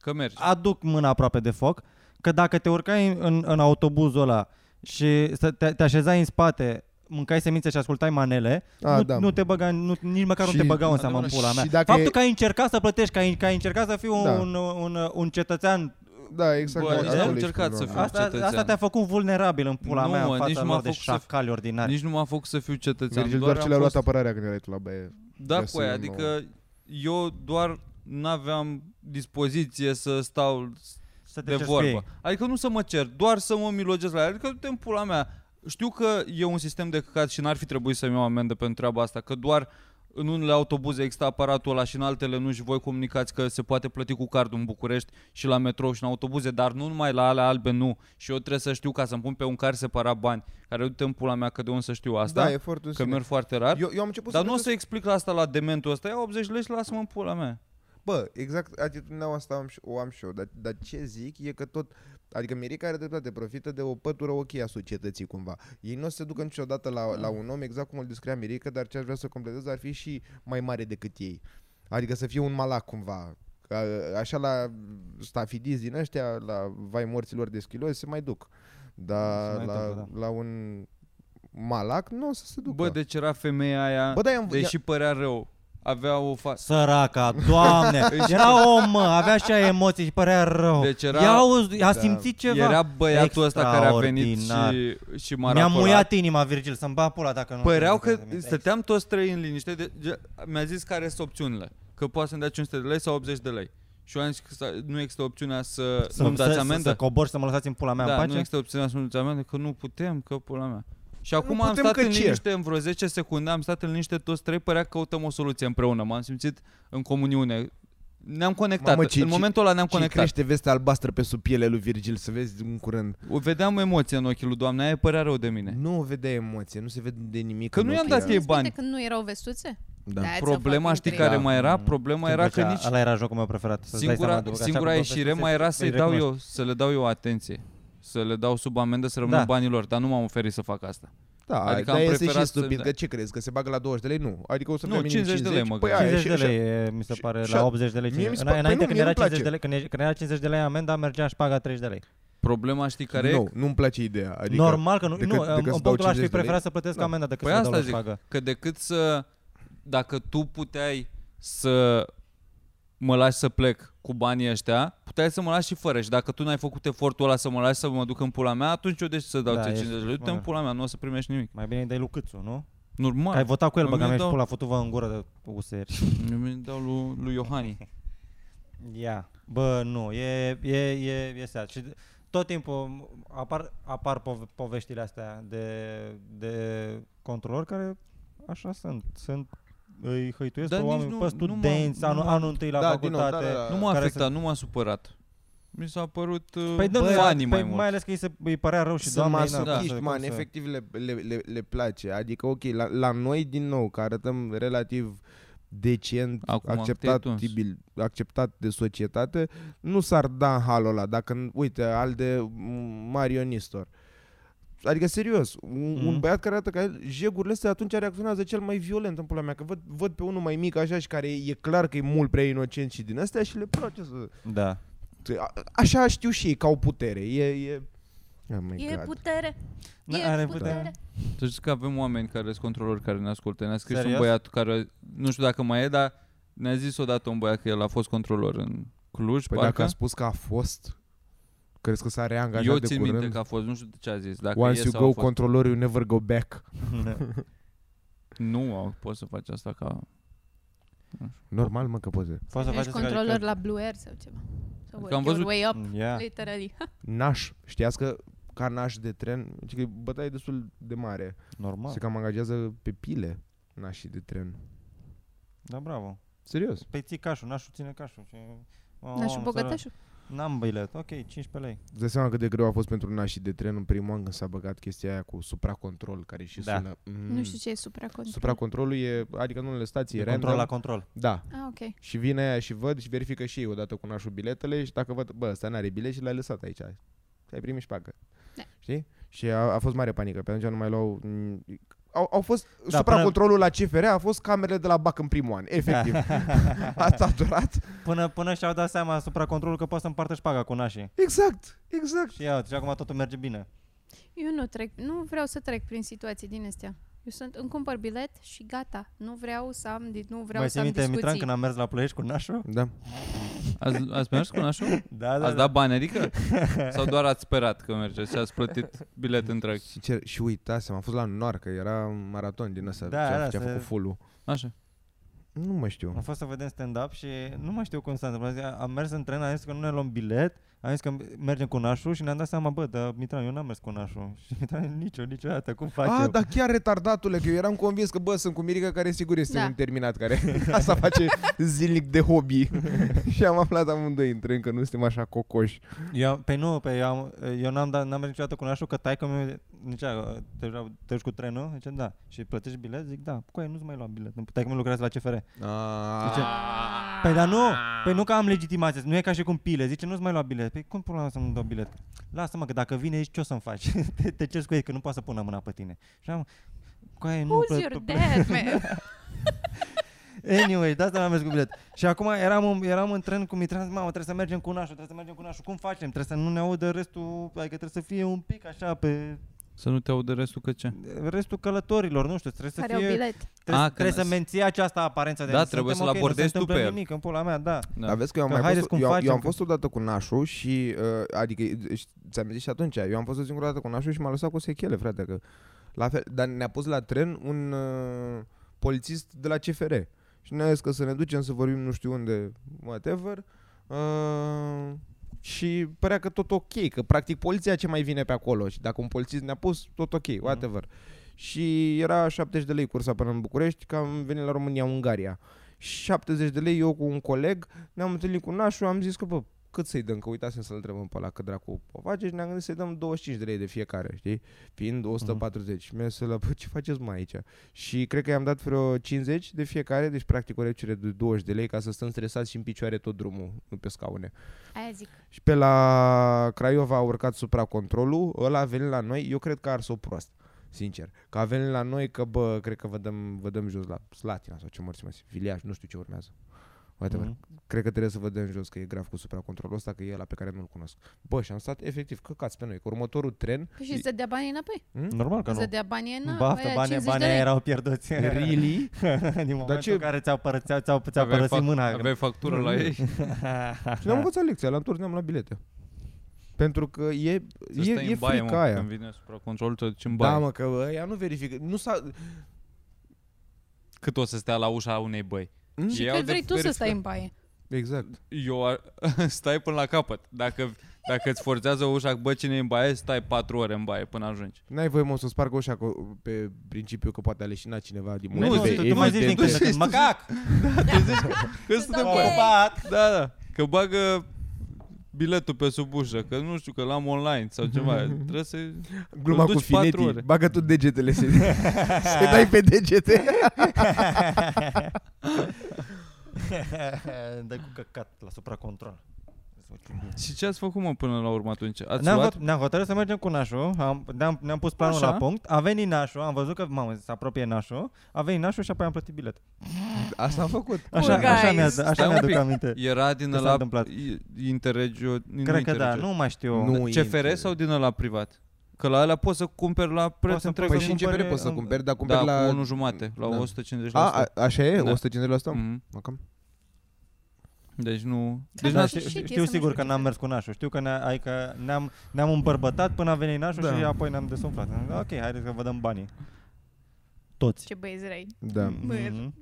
Că merge.
aduc mâna aproape de foc, că dacă te urcai în, în, în autobuzul ăla și să te, te așezai în spate, mâncai semințe și ascultai manele,
A,
nu,
da.
nu te băga, nu, nici măcar
Și- Da,
nu te băgau în seamă în
adevărat,
pula mea.
și dacă
Faptul
e-
că ai încercat să plătești, că ai, că ai încercat să fii un,
Da.
un, un, un cetățean,
Da, exact.
Bă,
acolo
nici n-am
ești
încercat
problema.
să fiu.
asta,
cetățean.
asta te-a făcut vulnerabil în pula
Nu,
mea
mă,
în
nici
fața
nu
lor
m-a
de
făcut să-
șacali ordinari.
Nici nu m-a făcut să fiu cetățean.
Virgil doar
am
ce le-a luat
fost-
apărarea când erai tu la baie.
Da,
de
cu aia,
asemenea,
adică eu doar n-aveam dispoziție să stau
Să te
de
ceri cu ei.
vorbă. Adică nu să mă cer, doar să mă milogez la ea. Adică uite în pula mea. Știu că e un sistem de căcat și n-ar fi trebuit să-mi iau amendă pentru treaba asta, că doar în unele autobuze există aparatul ăla și în altele nu și voi comunicați că se poate plăti cu cardul în București și la metrou și în autobuze, dar nu numai la alea albe, nu. Și eu trebuie să știu ca să-mi pun pe un car separat bani, care uite în pula mea că de unde să știu asta,
Da, efortul
că
sine.
merg foarte rar.
Eu, eu am început
Dar
să
nu o
gândesc-
să explic la asta la dementul ăsta, ia 80 lei și lasă-mă în pula mea.
Bă, exact atitudinea asta am și, o am și eu, dar, dar ce zic e că tot, adică Mirica are dreptate, profită de o pătură ok a societății cumva. Ei nu o să se ducă niciodată la,
Da.
la un om exact cum îl descria Mirica, dar ce aș vrea să completez ar fi și mai mare decât ei. Adică să fie un malac cumva. A, așa la stafidizi din ăștia, la vai morților de schilozi, se mai duc. Dar
Se mai
la,
întâmplă, da.
la un malac nu o să se ducă.
Bă, deci era femeia aia,
Bă, dar i-am-
deși părea rău, avea o față.
Săraca, doamne, era om, mă, avea și ea emoții și părea rău.
Deci era-
Ia auzi, a
Da.
simțit ceva.
Era băiatul ăsta care a venit
Extraordinar.
și, și m-a
Mi-a
racolat.
muiat inima, Virgil, să-mi ba pula dacă nu...
Păreau că stăteam toți trei în liniște, de, de, mi-a zis care sunt opțiunile, că poate să-mi dea 500 de lei sau 80 de lei. Și eu am zis că s- nu există opțiunea să,
Să,
nu-mi dați
să, să,
amendă.
să cobor și să mă lăsați în pula mea
da,
în
nu
pace.
există opțiunea să nu-mi dați amendă, că nu putem, că pula mea. Și acum am
putem
stat
că
în
ce?
liniște în vreo 10 secunde, am stat în liniște toți trei, părea că căutăm o soluție împreună. M-am simțit în comuniune. Ne-am conectat.
Mamă, ce-
în
ce-
momentul ăla ne-am
Ce
conectat.
crește vestea albastră pe sub pielea lui Virgil, să vezi în curând.
O vedeam emoție în ochii lui doamnei, aia îi părea rău de mine.
Nu o vedea emoție, nu se vede de nimic.
Că
în
nu i-am
ochii
dat
ăia.
ei
Îți minte
bani.
când nu erau vestuțe?
Da.
That's a
Problema,
fucking
știi
dream.
care
Da.
mai era? Problema era că nici
Ăla era jocul meu preferat. să-ți dai
singura,
seama după că așa
singura
după
ieșire
vestuțe,
mai era
îi
să-i dau
recunoști.
eu, să le dau eu atenție. Să le dau sub amendă să rămână
Da.
banii lor, dar nu m-am oferit să fac asta.
Da,
Adică
adică
am
dar este
preferat
și
să-
stupid,
da.
că ce crezi, că se bagă la 20 de lei? Nu, adică o să
Nu,
fie minim
50 de lei mă
păi
gândesc.
aia,
50
și-
de
și-
lei, e, mi se
și-
pare,
și-
la 80 de lei.
mie
cinci-
mi se
în-
pare- păi
Înainte
nu,
când
mie
era
îmi place.
50 de lei, când e- când era 50 de lei amenda, mergea și paga 30 de lei.
Problema știi care e?
Nu, nu-mi place ideea. Adică,
Normal că nu,
decât-
nu,
decât să
în
dau
punctul ăla aș
50
fi
de lei.
preferat să plătesc
Da.
amenda decât
Păi
să dau
asta
la
zic,
pagă.
că decât să... Dacă tu puteai să mă lași să plec cu banii ăștia, puteai să mă lași și fără. Și dacă tu n-ai făcut efortul ăla să mă lași să mă duc în pula mea, atunci eu de ce să dau
Da,
da, 50
ești-
de lei? Du-te
mă
în
rog.
pula mea, nu o să primești nimic.
Mai bine îi dai lui Câțu, nu?
Normal.
Că ai votat cu el,
Mă,
bă, că
mie
mi-a
dau-
ieșit pula, fătu-vă în gură de USR.
Eu mi dau lui, lui Iohani.
Ia. Bă, nu, e, e, e, e sad. Și tot timpul apar, apar pove- poveștile astea de, de controlori care așa sunt. Sunt îi hăituiesc
Dar
pe
nici
oameni
nu-
pe studenți,
nu mă-
anul,
nu-
anul întâi la
da, din nou, da,
facultate.
da, da.
Nu m-a
care
afectat, nu m-a supărat. Mi s-a părut uh,
Păi, nu, nu,
funny
păi
mai mult.
mai ales că îi, se, îi părea rău și
Sunt
doamnei, na, cum
masochiști,
să-
man,
cum să-
efectiv le, le, le, le place. Adică, ok, la, la noi, din nou, că arătăm relativ decent,
Acum
acceptat,
te-ai tuns.
tibil, acceptat de societate, nu s-ar da în halul ăla, dacă, uite, al de m, marionistor. Adică, serios, un, mm. un
Mhm.
băiat care arată ca el, jegurile astea atunci reacționează cel mai violent în pula mea, că văd, văd pe unul mai mic așa și care e clar că e mult prea inocent și din astea și le place să...
Da.
A, așa știu și ei, că au putere. E, e... Oh my
E
God.
putere.
Da,
e
are
putere.
putere.
Să știți că avem oameni care sunt controlori care ne ascultă. Ne-a scris
Serios?
un băiat care, nu știu dacă mai e, dar ne-a zis odată un băiat că el a fost controlor în Cluj,
Păi
parcă.
dacă a spus că a fost, crezi că s-a reangajat
Eu
de
țin
curând?
minte că a fost, nu știu ce a zis. Dacă
Once
e
you
sau
go
a fost.
controller, you never go back.
Nu, au- poți să faci asta ca...
Normal, mă, că poți.
Poți să
Ești
faceți Mm,
controlor la Blue Air sau ceva. Sau
Adică am
work your
văzut-
way up,
Yeah.
literally.
Naș. Știați că ca naș de tren, zice că e bătaie destul de mare.
Normal.
Se cam angajează pe pile nașii de tren.
Da, bravo.
Serios.
Păi ții cașul, nașul ține cașul. Și... O,
Nașul
om,
bogătășul.
sărac. N-am bilet. Ok, 15 lei.
Îți dai seama cât de greu a fost pentru nașii de tren în primul an când s-a băgat chestia aia cu supracontrol, care și
Da.
sună... Mm.
Nu știu ce e supracontrol.
Supracontrolul e, adică în unele stații,
E
e
control
random.
la control.
Da,
Ah, ok.
Și vine aia și văd și verifică și ei odată cu nașul biletele și dacă văd, bă, ăsta n-are bilet și l-ai lăsat aici. Ai primit șpagă.
Da.
Știi? Și a, a fost mare panică, pe atunci nu mai luau... m, Au, au fost,
Da,
da, supra
până-
controlul la CFR a fost camerele de la BAC în primul an, efectiv.
Da.
Asta a durat.
Până, până și-au dat seama asupra controlului că poate să împartă șpaga cu nașii.
Exact, exact.
Și ia, și acum totul merge bine.
Eu nu trec, nu vreau să trec prin situații din astea. Eu sunt, îmi cumpăr bilet și gata. Nu vreau să am, di- nu vreau
Mai
să
ții
am
minte,
discuții.
Mitran, când am mers la Ploiești cu nașul?
Da.
Ați, ați mers cu nașul?
Da, da,
Ați
da.
dat bani, adică? Sau doar ați sperat că mergeți și ați plătit bilet întreg?
Și, ce, și uitasem, am fost la Noar, că era un maraton din ăsta,
Da,
da, ce,
da,
da, ce a
se-
făcut full
Așa.
Nu mă știu.
Am fost să vedem stand-up și nu mai știu cum s-a întâmplat. Zi- Am mers în tren, am zis că nu ne luăm bilet, am zis că mergem cu nașul și ne-am dat seama, bă, dar Mitran, eu n-am mers cu nașul. Și Mitran, nicio, niciodată,
Ah,
cum facem?
A,
da,
dar chiar retardatule, că eu eram convins că, bă, sunt cu Mirica care sigur este
Da.
da. un terminat, care asta face zilnic de hobby. și am aflat amândoi în tren că nu suntem așa cocoși.
Eu, am- pe nu, pe eu, am, eu n-am, dat, n-am mers niciodată cu nașul, că taică mi zicea, te, duci- te duci cu trenul? Zice, da. Și plătești bilet? Zic, da. Cu nu-ți mai luam bilet. Taică mi lucrează la CFR. Zice, păi dar nu, păi nu că am legitimație, nu e ca și cum pile. Zice, nu-ți mai lua bilet. Păi cum pula mea să nu dau bilet? Lasă-mă că dacă vine aici, ce o să-mi faci? te, te ceri cu ei că nu poate să pună mâna pe tine. Și am, Coaie, nu,
Who's
plă-
your
plă-
dad, man?
Anyway, de asta n-am mers cu bilet. Și acum eram, eram în tren cu Mitran, zic, mamă, trebuie să mergem cu nașul, trebuie să mergem cu nașul. Cum facem? Trebuie să nu ne audă restul, adică trebuie să fie un pic așa pe
Să nu te audă restul că ce?
restul călătorilor, nu știu, trebuie să
Care au
fie...
bilet.
Trebuie,
Ah, că
trebuie să
n-
menții această aparență de
Da,
"Nu,
trebuie
suntem
să-l
ok, nu se
abordezi tu
întâmplă
pe el."
nimic, în pula mea, da.
Dar vezi că eu am,
Că
mai
haideți
fost,
cum
eu, eu
facem,
am
că-
fost odată cu nașul și, uh, adică, și- ți-am zis și atunci, eu am fost o singură dată cu nașul și m-a lăsat cu sechele, frate, că la fel, dar ne-a pus la tren un uh, polițist de la CFR. Și ne-a zis că să ne ducem să vorbim nu știu unde, whatever. Uh, și părea că tot ok, că practic poliția ce mai vine pe acolo și dacă un polițist ne-a pus, tot ok,
Mhm.
whatever. Și era 70 de lei cursa până în București, că am venit la România-Ungaria. 70 de lei, eu cu un coleg, ne-am întâlnit cu nașul, am zis că, bă, cât să-i dăm, că uitasem să-l întrebăm pe ăla cât dracu o face și ne-am gândit să-i dăm 25 de lei de fiecare, știi? Fiind 140. Mm-hmm. Mi-a zis ăla, bă, ce faceți mai aici? Și cred că i-am dat vreo 50 de fiecare, deci practic o reducere de 20 de lei ca să stăm stresați și în picioare tot drumul, nu pe scaune.
Aia zic.
Și pe la Craiova a urcat supracontrolul, ăla a venit la noi, eu cred că a ars-o prost, sincer. Că a venit la noi că, bă, cred că vă dăm, vă dăm jos la Slatina sau ce morți mai Filiaș, nu știu ce urmează. Whatever.
Mhm.
Cred că trebuie să vă dăm jos că e grav cu supracontrolul ăsta, că e la pe care nu-l cunosc. Bă, și am stat efectiv căcați pe noi, că următorul tren,
Păi și să dea banii înapoi.
Normal că
Să
nu.
dea banii înapoi.
Baftă,
aia
banii,
50 de
banii
lei.
erau pierduți.
really,
Din momentul
ce-
în care ți-au, pără, ți-au, ți-au, ți-au
Aveai,
părăsit
fac-
mâna.
aveai factură la ei?
și ne-am învățat lecția, la întors ne-am luat bilete. Pentru că e,
Să
e,
stai
e
în baie,
frica
Da, mă,
aia.
Când vine supra control, te duci în baie.
Da, mă, că ăia nu verifică. Nu s-a...
Cât o să stea la ușa unei băi?
Mm?
Ei
Și
au
cât
de
vrei tu să
verificat.
stai în baie.
Exact.
Eu ar... stai până la capăt. Dacă Dacă îți forțează ușa, bă, cine e în baie, stai 4 ore în baie până ajungi.
N-ai voie, mă, să spargă ușa cu, pe principiu că poate aleșina cineva din Păi,
Nu,
motive
tu, tu mai zici din
evidente.
când în când, mă cac!
Că suntem
M-am
ok.
pe...
ocupat!
Da, da. Că bagă biletul pe sub ușă, că nu știu, că l-am online sau ceva. Trebuie să...
Gluma
Îl
cu
duci patru
finetii,
ore.
bagă tu degetele se, se dai pe degete.
Dai cu căcat la supracontrol.
Și ce ați făcut, mă, până la urmă atunci? Ați
Ne-am,
luat?
hot- ne-am hotărât să mergem cu Nașu, am, ne-am, ne-am pus planul
Așa.
la punct, a venit Nașu, am văzut că mamă, se apropie Nașu, a venit Nașu și apoi am plătit bilet.
Asta am făcut.
Așa,
guys.
așa, mi-a, așa
Stai un
mi-aduc
pic.
aminte.
Era din
ce s-a
ăla
întâmplat?
i- interregio... nu
Cred că da,
interregio.
nu mai știu.
Nu, e
CFR
înțeleg.
sau din ăla privat? Că la alea poți să cumperi la preț
Poți să
întreg.
poți
Păi și în
cumpere-
CFR poți să cumperi, dar
da,
cumperi
la... cu
la...
unul jumate, la
da.
150%.
A, a, așa e?
Da.
150%?
Mhm.
Acum?
Deci nu... Deci
Da,
Da,
n-a-
știu,
și
știu,
chestia
știu
nu
sigur
știu
că n-am mers cu nașul. Știu că, ne, adică ne-am, ne-am îmbărbătat până a venit nașul
Da.
și apoi ne-am desumflat. Am zis, Ok, haideți că vă dăm banii. Toți.
Ce băieți răi.
Da.
Băi,
Mhm.
Mm,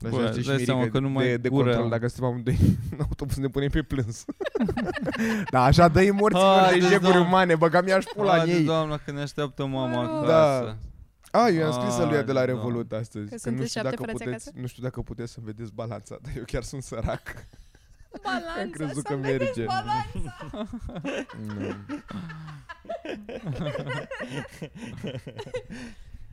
Bă,
Așa
îți
știi
dai
și
seama
mirică
că nu mai
de, de
gură.
control, dacă suntem amândoi în autobuz ne punem pe plâns. da, așa dă-i morților
Haideți,
de jeguri
doamne.
umane, bă, că mi-aș pula în
Haide,
ei.
doamna, Adică, că ne așteaptă mama
Mă rog.
Da.
acasă.
A, Ah, eu am scris lui ea de la
Haideți,
Revolut astăzi. Că, nu,
sunteți
știu
șapte
dacă
frați
puteți, nu știu dacă puteți să vedeți balanța, dar eu chiar sunt sărac.
Balanța,
Am crezut
să
că
vedeți
merge.
balanța.
Nu.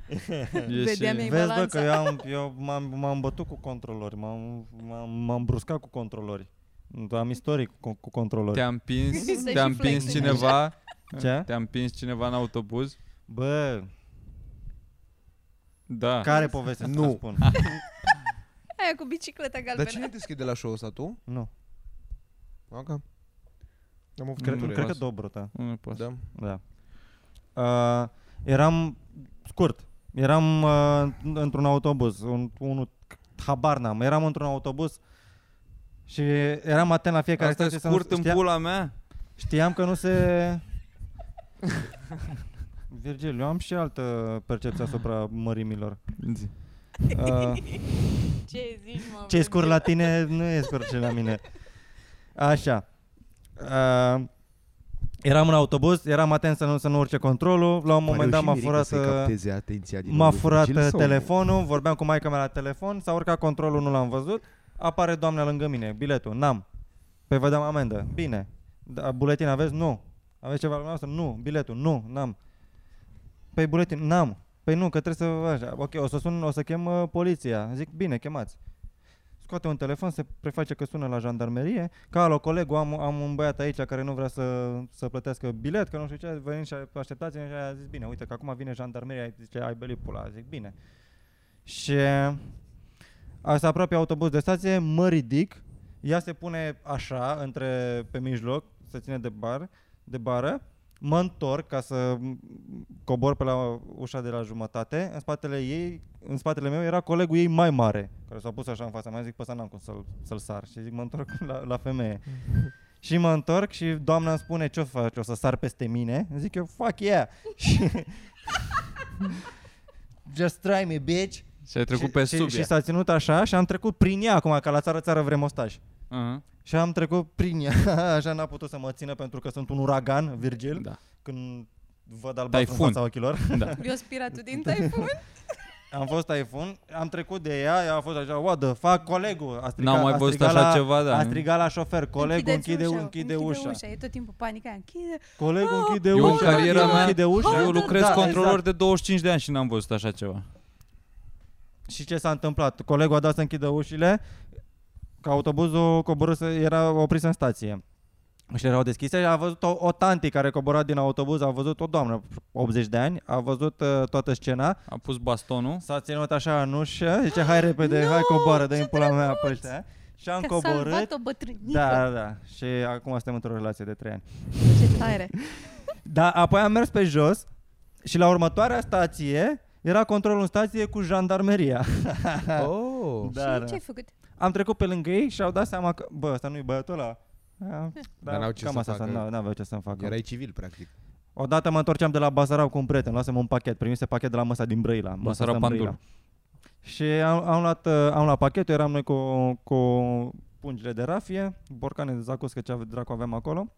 Ieși-
Vedeam ei
Vezi, bă, că
balanța.
eu, am, eu m-am, m-am bătut cu controlori, m-am, m-am, m-am bruscat cu controlori. Am istoric cu, cu controlori.
Te-a împins,
Să și
te-a împins
flexezi.
cineva,
Ce?
te-a împins cineva în autobuz.
Bă,
Da.
care poveste să
Nu.
nu. spun?
Aia cu bicicleta
Dar
galbenă.
cine deschide la show ăsta, tu?
Nu.
Aga. Am avut Da.
Cred-
cred,
Cred
cred
că
Las.
Dobrota.
Nu mai poți.
da.
Da. Uh, eram scurt. Eram uh, într-un autobuz, un, unul habar n-am. Eram într-un autobuz și eram atent la fiecare
Asta e
stație să nu-
scurt în
știa-
pula mea?
Știam că nu se... Virgil, eu am și altă percepție asupra mărimilor.
Zi.
Uh,
Ce zici, mă?
ce e scurt la tine nu e scurt ce la mine. Așa. Uh, eram în autobuz, eram atent să nu, să nu urce controlul. La un
Păi
moment dat m-a furat... uh,
atenția
M-a furat uh, telefonul, vorbeam cu maica mea la telefon, s-a urcat controlul, nu l-am văzut. Apare doamna lângă mine, biletul, n-am. Păi vă dăm amendă. Bine. Da, buletin aveți? Nu. Aveți ceva la noastră? Nu. Biletul? Nu, n-am. Păi buletin? N-am. Păi nu, că trebuie să... Așa. Ok, o să sun, o să chem uh, poliția. Zic, bine, chemați. Scoate un telefon, se preface că sună la jandarmerie, că alo, colegul, am, am un băiat aici care nu vrea să, să plătească bilet, că nu știu ce, veniți și așteptați și a zis, bine, uite că acum vine jandarmeria, zice, ai belit pula, zic, bine. Și a- se apropie autobuz de stație, mă ridic, ea se pune așa, între, pe mijloc, se ține de, bar, de bară, mă întorc ca să m- cobor pe la ușa de la jumătate, în spatele ei, în spatele meu era colegul ei mai mare, care s-a pus așa în fața mea, zic, pe ăsta n-am cum să-l, să-l sar, și zic, mă întorc la, la femeie. Și mă întorc și doamna îmi spune ce o faci, o să sar peste mine? Zic eu, fuck yeah! Și- Just try me, bitch!
Și ai trecut
și,
pe
și,
sub
Și s-a ținut așa și am trecut prin ea acum, ca la țară, țară vrem ostași.
ea.
Și am trecut prin ea, așa n-a putut să mă țină pentru că sunt un uragan, Virgil,
Da.
când văd albastru în
Taifun.
fața ochilor.
Da.
Eu spiratul din taifun.
Am fost taifun, am trecut de ea, ea a fost așa, what the fuck, colegul, a strigat,
N-am mai
a
văzut
strigat
așa
la,
ceva, da.
A strigat la șofer, colegul
Închideți
închide,
ușa,
închide, ușa.
E tot timpul panica aia. Închide.
Colegul
Ah,
închide
Eu în
ușa,
cariera mea,
închide ușa.
eu lucrez
Da,
controlor
exact.
de 25 de ani și n-am văzut așa ceva.
Și ce s-a întâmplat? Colegul a dat să închidă ușile, că autobuzul coborâse, era oprit în stație. Și erau deschise și a văzut o, o tanti care cobora din autobuz, a văzut o doamnă, 80 de ani, a văzut uh, toată scena,
A pus bastonul.
s-a ținut așa în ușă, zice, hai repede, hai coboară, dă-i în pula mea pe ăștia. Și am
Că s-a salvat
coborât.
o bătrânică.
Da, da, da. Și acum suntem într-o relație de 3 ani.
Ce tare.
Dar apoi am mers pe jos și la următoarea stație era controlul în stație cu jandarmeria.
Oh.
Da,
și
da.
ce ai făcut?
Am trecut pe lângă ei și au dat seama că, bă, ăsta nu-i băiatul ăla. Da,
Dar n-au ce
cam
să
asta
facă.
N-au, n-aveau ce să-mi facă.
Da. Erai civil, practic.
Odată mă întorceam de la Basarab cu un prieten, luasem un pachet, primise pachet de la măsa din Brăila. măsa
Basarab
asta în Brăila.
Pandur.
Și am, am, luat, uh, am luat pachetul, eram noi cu, cu pungile de rafie, borcane de zacuscă ce ave- dracu aveam acolo.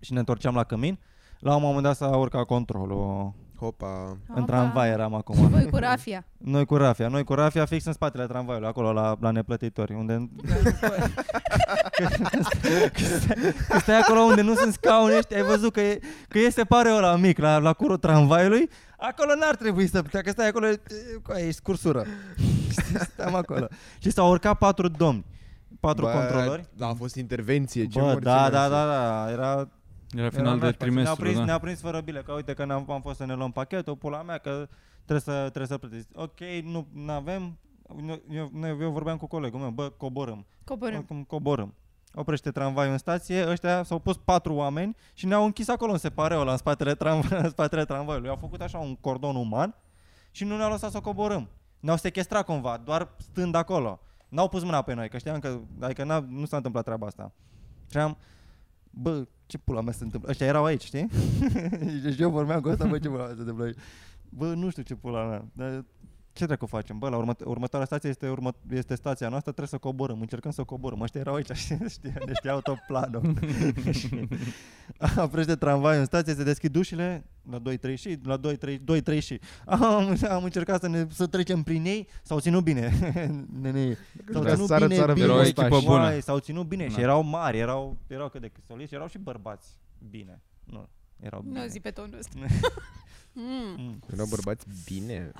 și ne întorceam la cămin, la un moment dat s-a urcat controlul.
Hopa.
În tramvai eram acum.
Voi cu Rafia.
Noi cu Rafia, noi cu Rafia fix în spatele tramvaiului, acolo la, la neplătitori, unde... Când stai- când stai acolo unde nu sunt scaune ăștia, ai văzut că, e, că este pare ăla mic la, la curul tramvaiului, acolo n-ar trebui să... Dacă stai acolo, e, cu aia ești cursură. Stăm acolo. Și s-au urcat patru domni, patru Bă, controlori.
Da, a fost intervenție. Ce
Bă,
morți
da,
mersi.
da, da, da, era
Era
era
final de
nașpa. Și
trimestru,
ne-a prins,
da.
ne-a prins fără bile, că uite că n-am am fost să ne luăm pachetul, pula mea, că trebuie să, trebuie să plătiți. Ok, nu avem, eu, eu, eu vorbeam cu colegul meu, bă, coborâm.
Coborâm.
Acum coborâm. Oprește tramvaiul în stație, ăștia s-au pus patru oameni și ne-au închis acolo în separeu, la în spatele, tramv- în spatele tramvaiului. Au făcut așa un cordon uman și nu ne-au lăsat să coborâm. Ne-au sequestrat cumva, doar stând acolo. N-au pus mâna pe noi, că știam că, adică n-a, nu s-a întâmplat treaba asta. Și am, bă, ce pula mea se întâmplă? Ăștia erau aici, știi? și eu vorbeam cu ăsta, bă, ce pula mea se întâmplă aici? Bă, nu știu ce pula mea, dar ce dracu facem? Bă, la urmă, următoarea stație este, urmă, este stația noastră, trebuie să coborăm, încercăm să coborăm. Ăștia erau aici, și știa, ne știau tot planul. Și Oprește tramvaiul în stație, se deschid ușile, la 2-3 și, la 2-3, 2-3 și. Am, am încercat să, ne, să trecem prin ei, s-au ținut bine. Nenei, s-au
Da,
ținut
țară,
bine,
țară,
bine.
Erau o
mustași.
echipă bună.
Uai, s-au ținut bine și
Da.
erau mari, erau, erau cât de cât soliți, erau și bărbați bine. Nu, erau bine.
Nu zi pe tonul ăsta. Mm.
Mm.
Erau bărbați bine.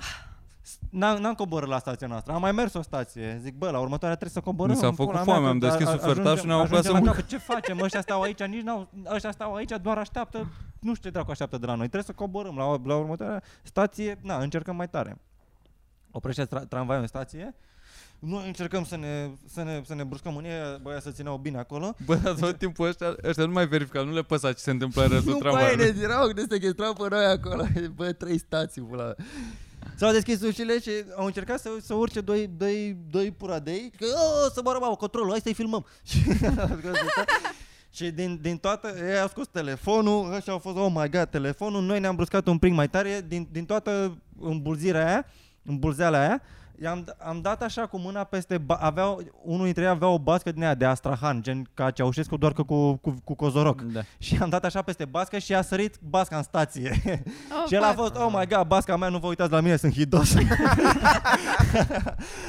N-am, n-am coborât la stația noastră, am mai mers o stație. Zic, bă, la următoarea trebuie să coborăm.
Mi s-a
în
făcut
pula
foame,
mea,
am
că
deschis
a- a-
ofertașul,
ajungem-
n-am apucat
ajungem
să
la
mănânc.
capăt. Ce facem? Ăștia stau aici, nici n-au, ăștia stau aici, doar așteaptă, nu știu ce dracu așteaptă de la noi. Trebuie să coborâm la, la următoarea stație, na, încercăm mai tare. Oprește tra- tramvaiul în stație, noi încercăm să ne, să ne, să ne bruscăm în ei, băia să țineau bine acolo.
Bă, dar tot timpul ăștia, ăștia nu mai verifica, nu le păsa ce se întâmplă în restul
Nu, băi,
tramvaiului.
ne erau, ne sequestrau pe noi acolo. Bă, trei stații, pula. S-au deschis ușile și au încercat să, să urce doi, doi, doi puradei. Că, "Oh, o, să moară, mamă, controlul, hai să-i filmăm. Și au scos ăsta. Și din, din toată, ei au scos telefonul, ăștia au fost, oh my god, telefonul, noi ne-am bruscat un pic mai tare, din, din toată îmbulzirea aia, îmbulzeala aia, I-am, d- am dat așa cu mâna peste, ba- aveau, unul dintre ei avea o bască din aia de Astrahan, gen ca Ceaușescu, doar că cu, cu, cu cozoroc.
Da.
Și am dat așa peste bască și a sărit basca în stație.
Oh,
și el a
fuck.
fost, oh my god, basca mea, nu vă uitați la mine, sunt hidos.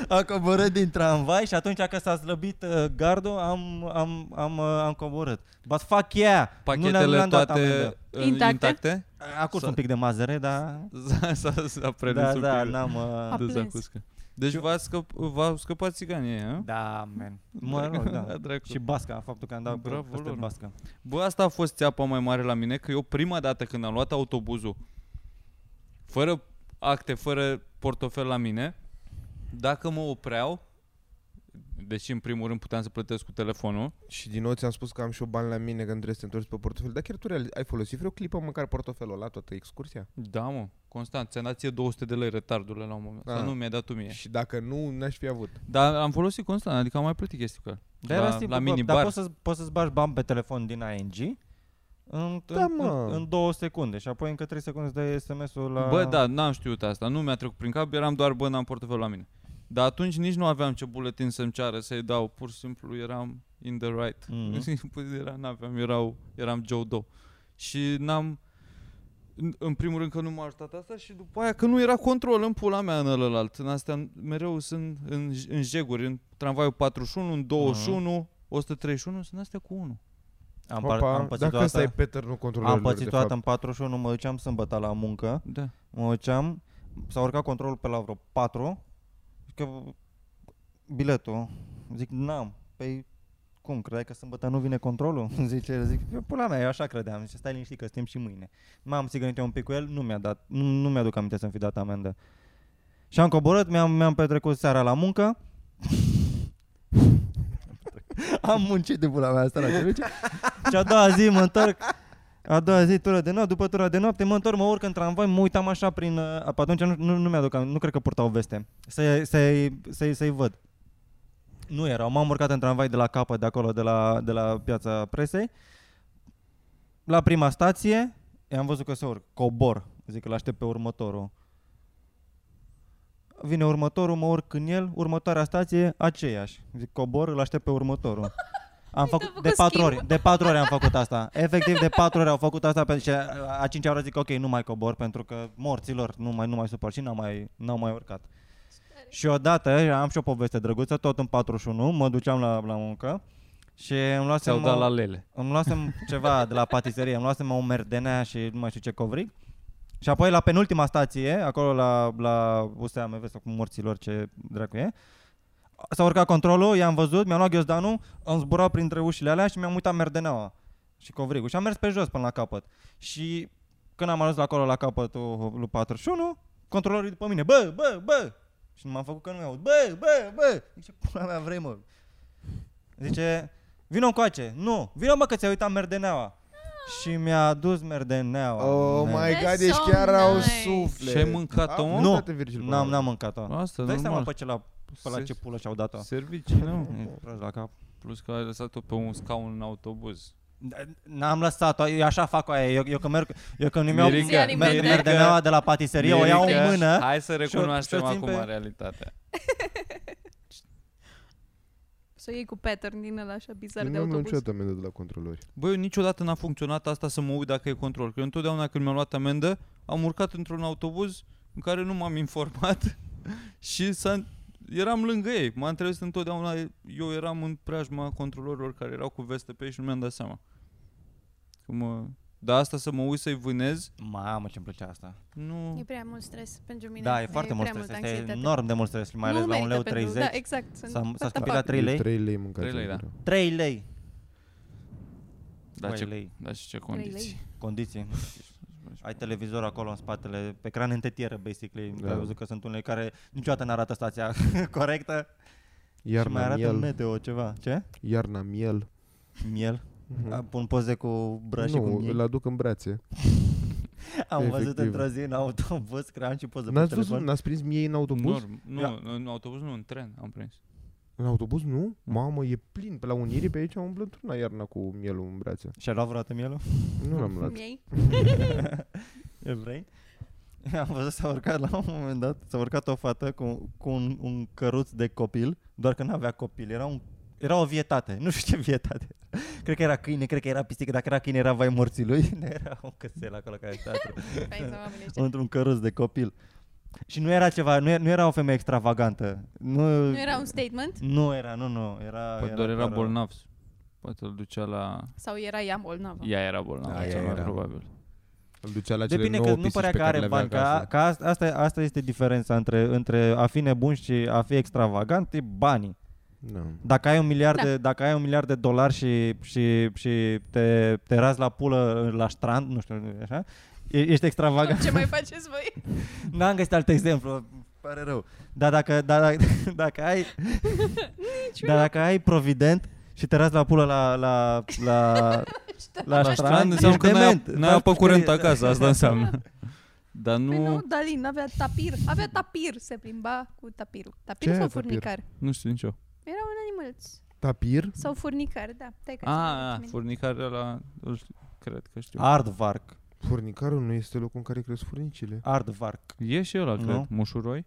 a coborât din tramvai și atunci că s-a slăbit uh, gardul, am, am, am, uh, am coborât. But fuck yeah! nu le-am,
Pachetele
le-am dat
toate
amendă.
uh,
Intacte?
intacte?
A curs un pic de mazăre, dar...
S-a- S-a s-a prelins
Da,
un
da,
pic
n-am... Uh,
Ap-
de
plâns.
zacuscă. Deci v-a, scăp- v-a scăpat țiganii aia, a?
da, man. Mă rog, da.
Dracu.
Și basca, faptul că am dat
Bravo
Bravo, peste
lor.
Da,
basca.
Bă, asta a fost țeapa mai mare la mine, că eu prima dată când am luat autobuzul, fără acte, fără portofel la mine, dacă mă opreau, deși în primul rând puteam să plătesc cu telefonul,
Și din nou ți-am spus că am și eu bani la mine când trebuie să te întorci pe portofel. Dar chiar tu reali- ai folosit vreo clipă măcar portofelul ăla toată excursia?
da mă, constant, ți-am dat ție 200 de lei retardule la un moment,
Ah.
dar nu mi-ai dat tu mie.
Și dacă nu, n-aș fi avut.
Dar am folosit constant, adică am mai plătit chestii cu el.
Dar
la,
era simplu, bă,
la mini
Dar
bar.
poți să-ți, poți să-ți bagi bani pe telefon din ING în,
Da,
în,
mă.
în, în două secunde și apoi încă trei secunde îți dai SMS-ul la...
Bă, da, n-am știut asta, nu mi-a trecut prin cap, eram doar, bă, n-am portofelul la mine. Dar atunci nici nu aveam ce buletin să-mi ceară să-i dau, pur și simplu eram in the right.
Mhm.
Mm-hmm. Era, n-aveam, erau, eram Joe Doe. Și n-am, în- în primul rând că nu m-a ajutat asta și după aia că nu era control în pula mea în ălălalt. În astea mereu sunt în, j- în jeguri, în tramvaiul 41, în 21, 131, sunt astea cu 1.
Am, par,
Opa,
am pățit
dacă ăsta e
toată,
patternul controlorilor,
am pățit
de
toată
fapt.
în 41, mă duceam sâmbătă la muncă,
Da.
mă duceam, s-a urcat controlul pe la vreo 4, că biletul, zic, n-am, păi cum, credeai că sâmbătă nu vine controlul? Zice, zic, eu, pula mea, eu așa credeam, zice, stai liniștit că suntem și mâine. M-am țigănit eu un pic cu el, nu mi-a dat, nu, nu mi-aduc aminte să-mi fi dat amendă. Și am coborât, mi-am, mi-am petrecut seara la muncă, am muncit de pula mea asta la serviciu. Și a doua zi mă întorc a doua zi, tură de noapte, după tura de noapte, mă întorc, mă urc în tramvai, mă uitam așa prin... uh, Pe atunci nu, nu, nu mi-aduc aminte, nu cred că purtau veste. Să-i, să-i, să-i, să-i văd. Nu erau, m-am urcat în tramvai de la capăt, de acolo, de la, de la piața presei. La prima stație, i-am văzut că se urc, cobor, zic că l-aștept pe următorul. Vine următorul, mă urc în el, următoarea stație, aceeași. Zic, cobor, îl aștept pe următorul. Am
Uite,
făcut
a
de
făcut
patru
schimb.
ori, de patru ori am făcut asta. Efectiv de patru ori au făcut asta pentru că a cincea oară zic ok, nu mai cobor pentru că morților nu mai nu mai suport și n-am mai n-am mai urcat. Și odată am și o poveste drăguță, tot în 41, mă duceam la, la muncă și îmi luasem
Ți-au dat
o-
la lele.
îmi luasem ceva de la patiserie, îmi luasem o merdenea și nu mai știu ce covrig. Și apoi la penultima stație, acolo la, la USAMV sau cu morților ce dracu e, s-a urcat controlul, i-am văzut, mi-am luat ghiozdanul, am zburat printre ușile alea și mi-am uitat merdeneaua și covrigul. Și am mers pe jos până la capăt. Și când am ajuns la acolo la capătul lui 41, controlorul după mine, bă, bă, bă! Și m-am făcut că nu mi-aud, bă, bă, bă! Zice, pula mea vrei, mă? Zice, Vino încoace, nu, vino mă că ți-ai uitat merdeneaua. Și mi-a adus merdeneaua.
Oh
Ne-
my god,
That's
ești
so
chiar au
nice.
suflet.
Și ai mâncat-o,
Am
mă?
Nu,
uitat, Virgil, pe
n-am,
mine.
n-am mâncat-o.
Asta,
Dai seama
normal. Păi,
pe ce la, pe la ce pulă și-au dat-o.
Servicii, da. nu?
E, prost la cap.
Plus că ai lăsat-o pe un scaun în autobuz.
Da, N-am lăsat-o, eu așa fac aia, eu, eu când merg, eu când îmi iau
Mirica,
mer-
Mirica.
merdeneaua de la patiserie, o iau în
Mirica,
mână.
Hai să
și-o
recunoaștem
țin
acum
pe-
realitatea.
Să o iei cu pattern din ăla așa bizar
Eu
de
n-am luat
autobuz.
niciodată amendă de la controlori.
Băi, eu niciodată n-a funcționat asta să mă uit dacă e control. Că eu întotdeauna când mi-am luat amendă, am urcat într-un autobuz în care nu m-am informat și s-a... eram lângă ei. M-am trezit întotdeauna, eu eram în preajma controlorilor care erau cu veste pe ei și nu mi-am dat seama. Că mă... Dar asta să mă uit să-i vânez,
Mamă, ce-mi plăcea asta.
E
nu...
prea mult stres pentru mine.
Da, e foarte mult
prea
stres,
multă
este
anxietate.
enorm de mult stres, mai
Nu
ales la 1,30
merită
leu.
pentru- Da, exact. sunt
S-a, s-a
what the
scumpit la
fuck.
3 lei.
3 lei mâncați.
3 lei, da.
3 lei.
Da,
Băi,
ce,
lei.
da și ce
Trei
condiții.
lei.
Condiții. Ai televizor acolo în spatele, pe ecran în tetieră, basically.
Da.
Da. Ai văzut că sunt unele care niciodată n-arată stația corectă și mai
Iarna
arată
miel.
meteo ceva. Ce?
Iarna miel.
Miel?
Mhm.
A, Pun poze cu brăși și cu
Nu,
miei.
îl aduc în brațe.
Am văzut
efectiv.
într-o zi în autobuz că am și poze pe
N-ați, văzut,
telefon.
n-ați prins miei în autobuz?
Norm, nu,
Ia.
în autobuz nu, în tren am prins.
În autobuz nu? Mamă, e plin. Pe la Unirii pe aici am umblat una iarna cu mielul în brațe.
Și-a luat vreodată mielul?
Nu l-am luat.
Miei?
Evrei? Am văzut s-a urcat la un moment dat, s-a urcat o fată cu, cu un, un căruț de copil, doar că n-avea copil, era, un, era o vietate, nu știu ce vietate. Cred că era câine, cred că era pisică, dacă era câine era vai morții lui, era un cățel acolo care sta într-
Hai să mă gândește.
într-un căruț de copil. Și nu era ceva, nu era, nu era o femeie extravagantă. Nu,
Nu era un statement?
Nu era, nu, nu, era...
Poate Păi doar era
doar o-
bolnav. Poate îl ducea la...
Sau era ea bolnavă?
Ea era bolnavă,
Da, ea
cel mai
era.
probabil.
Îl ducea la cele
Depinde
nouă
că nu
pisici
părea
pe
că are
le
bani,
avea
că,
acasă.
că asta, asta, asta este diferența între, între a fi nebun și a fi extravagant, e banii.
Nu.
Dacă ai un miliard,
Da.
de, dacă ai un miliard de dolari și, și, și te, te razi la pulă la strand, nu știu, așa, e- ești extravagant.
Ce mai faceți voi? Păi
N-am găsit alt exemplu, pare rău. Dar dacă, da, da, dacă ai... dar dacă ai provident și te razi la pulă la, la, la, la,
La strand
ești
înseamnă că n-ai,
dement.
ap- n-ai apă
Faptul că
curent
e-
acasă, asta înseamnă. Dar nu,
Păi nu, Dalin, avea tapir. Avea tapir, se plimba cu tapirul. Tapir
Ce
sau
era tapir?
furnicar?
nu știu nicio.
Era un animăluț.
Tapir?
Sau furnicar, da. Stai că
A, a,
țin minte.
furnicarea la... Ah, Îl știu, cred că știu.
Aardvark.
Furnicarul nu este locul în care cresc furnicile.
Aardvark.
E și ăla, cred.
Nu?
Mușuroi?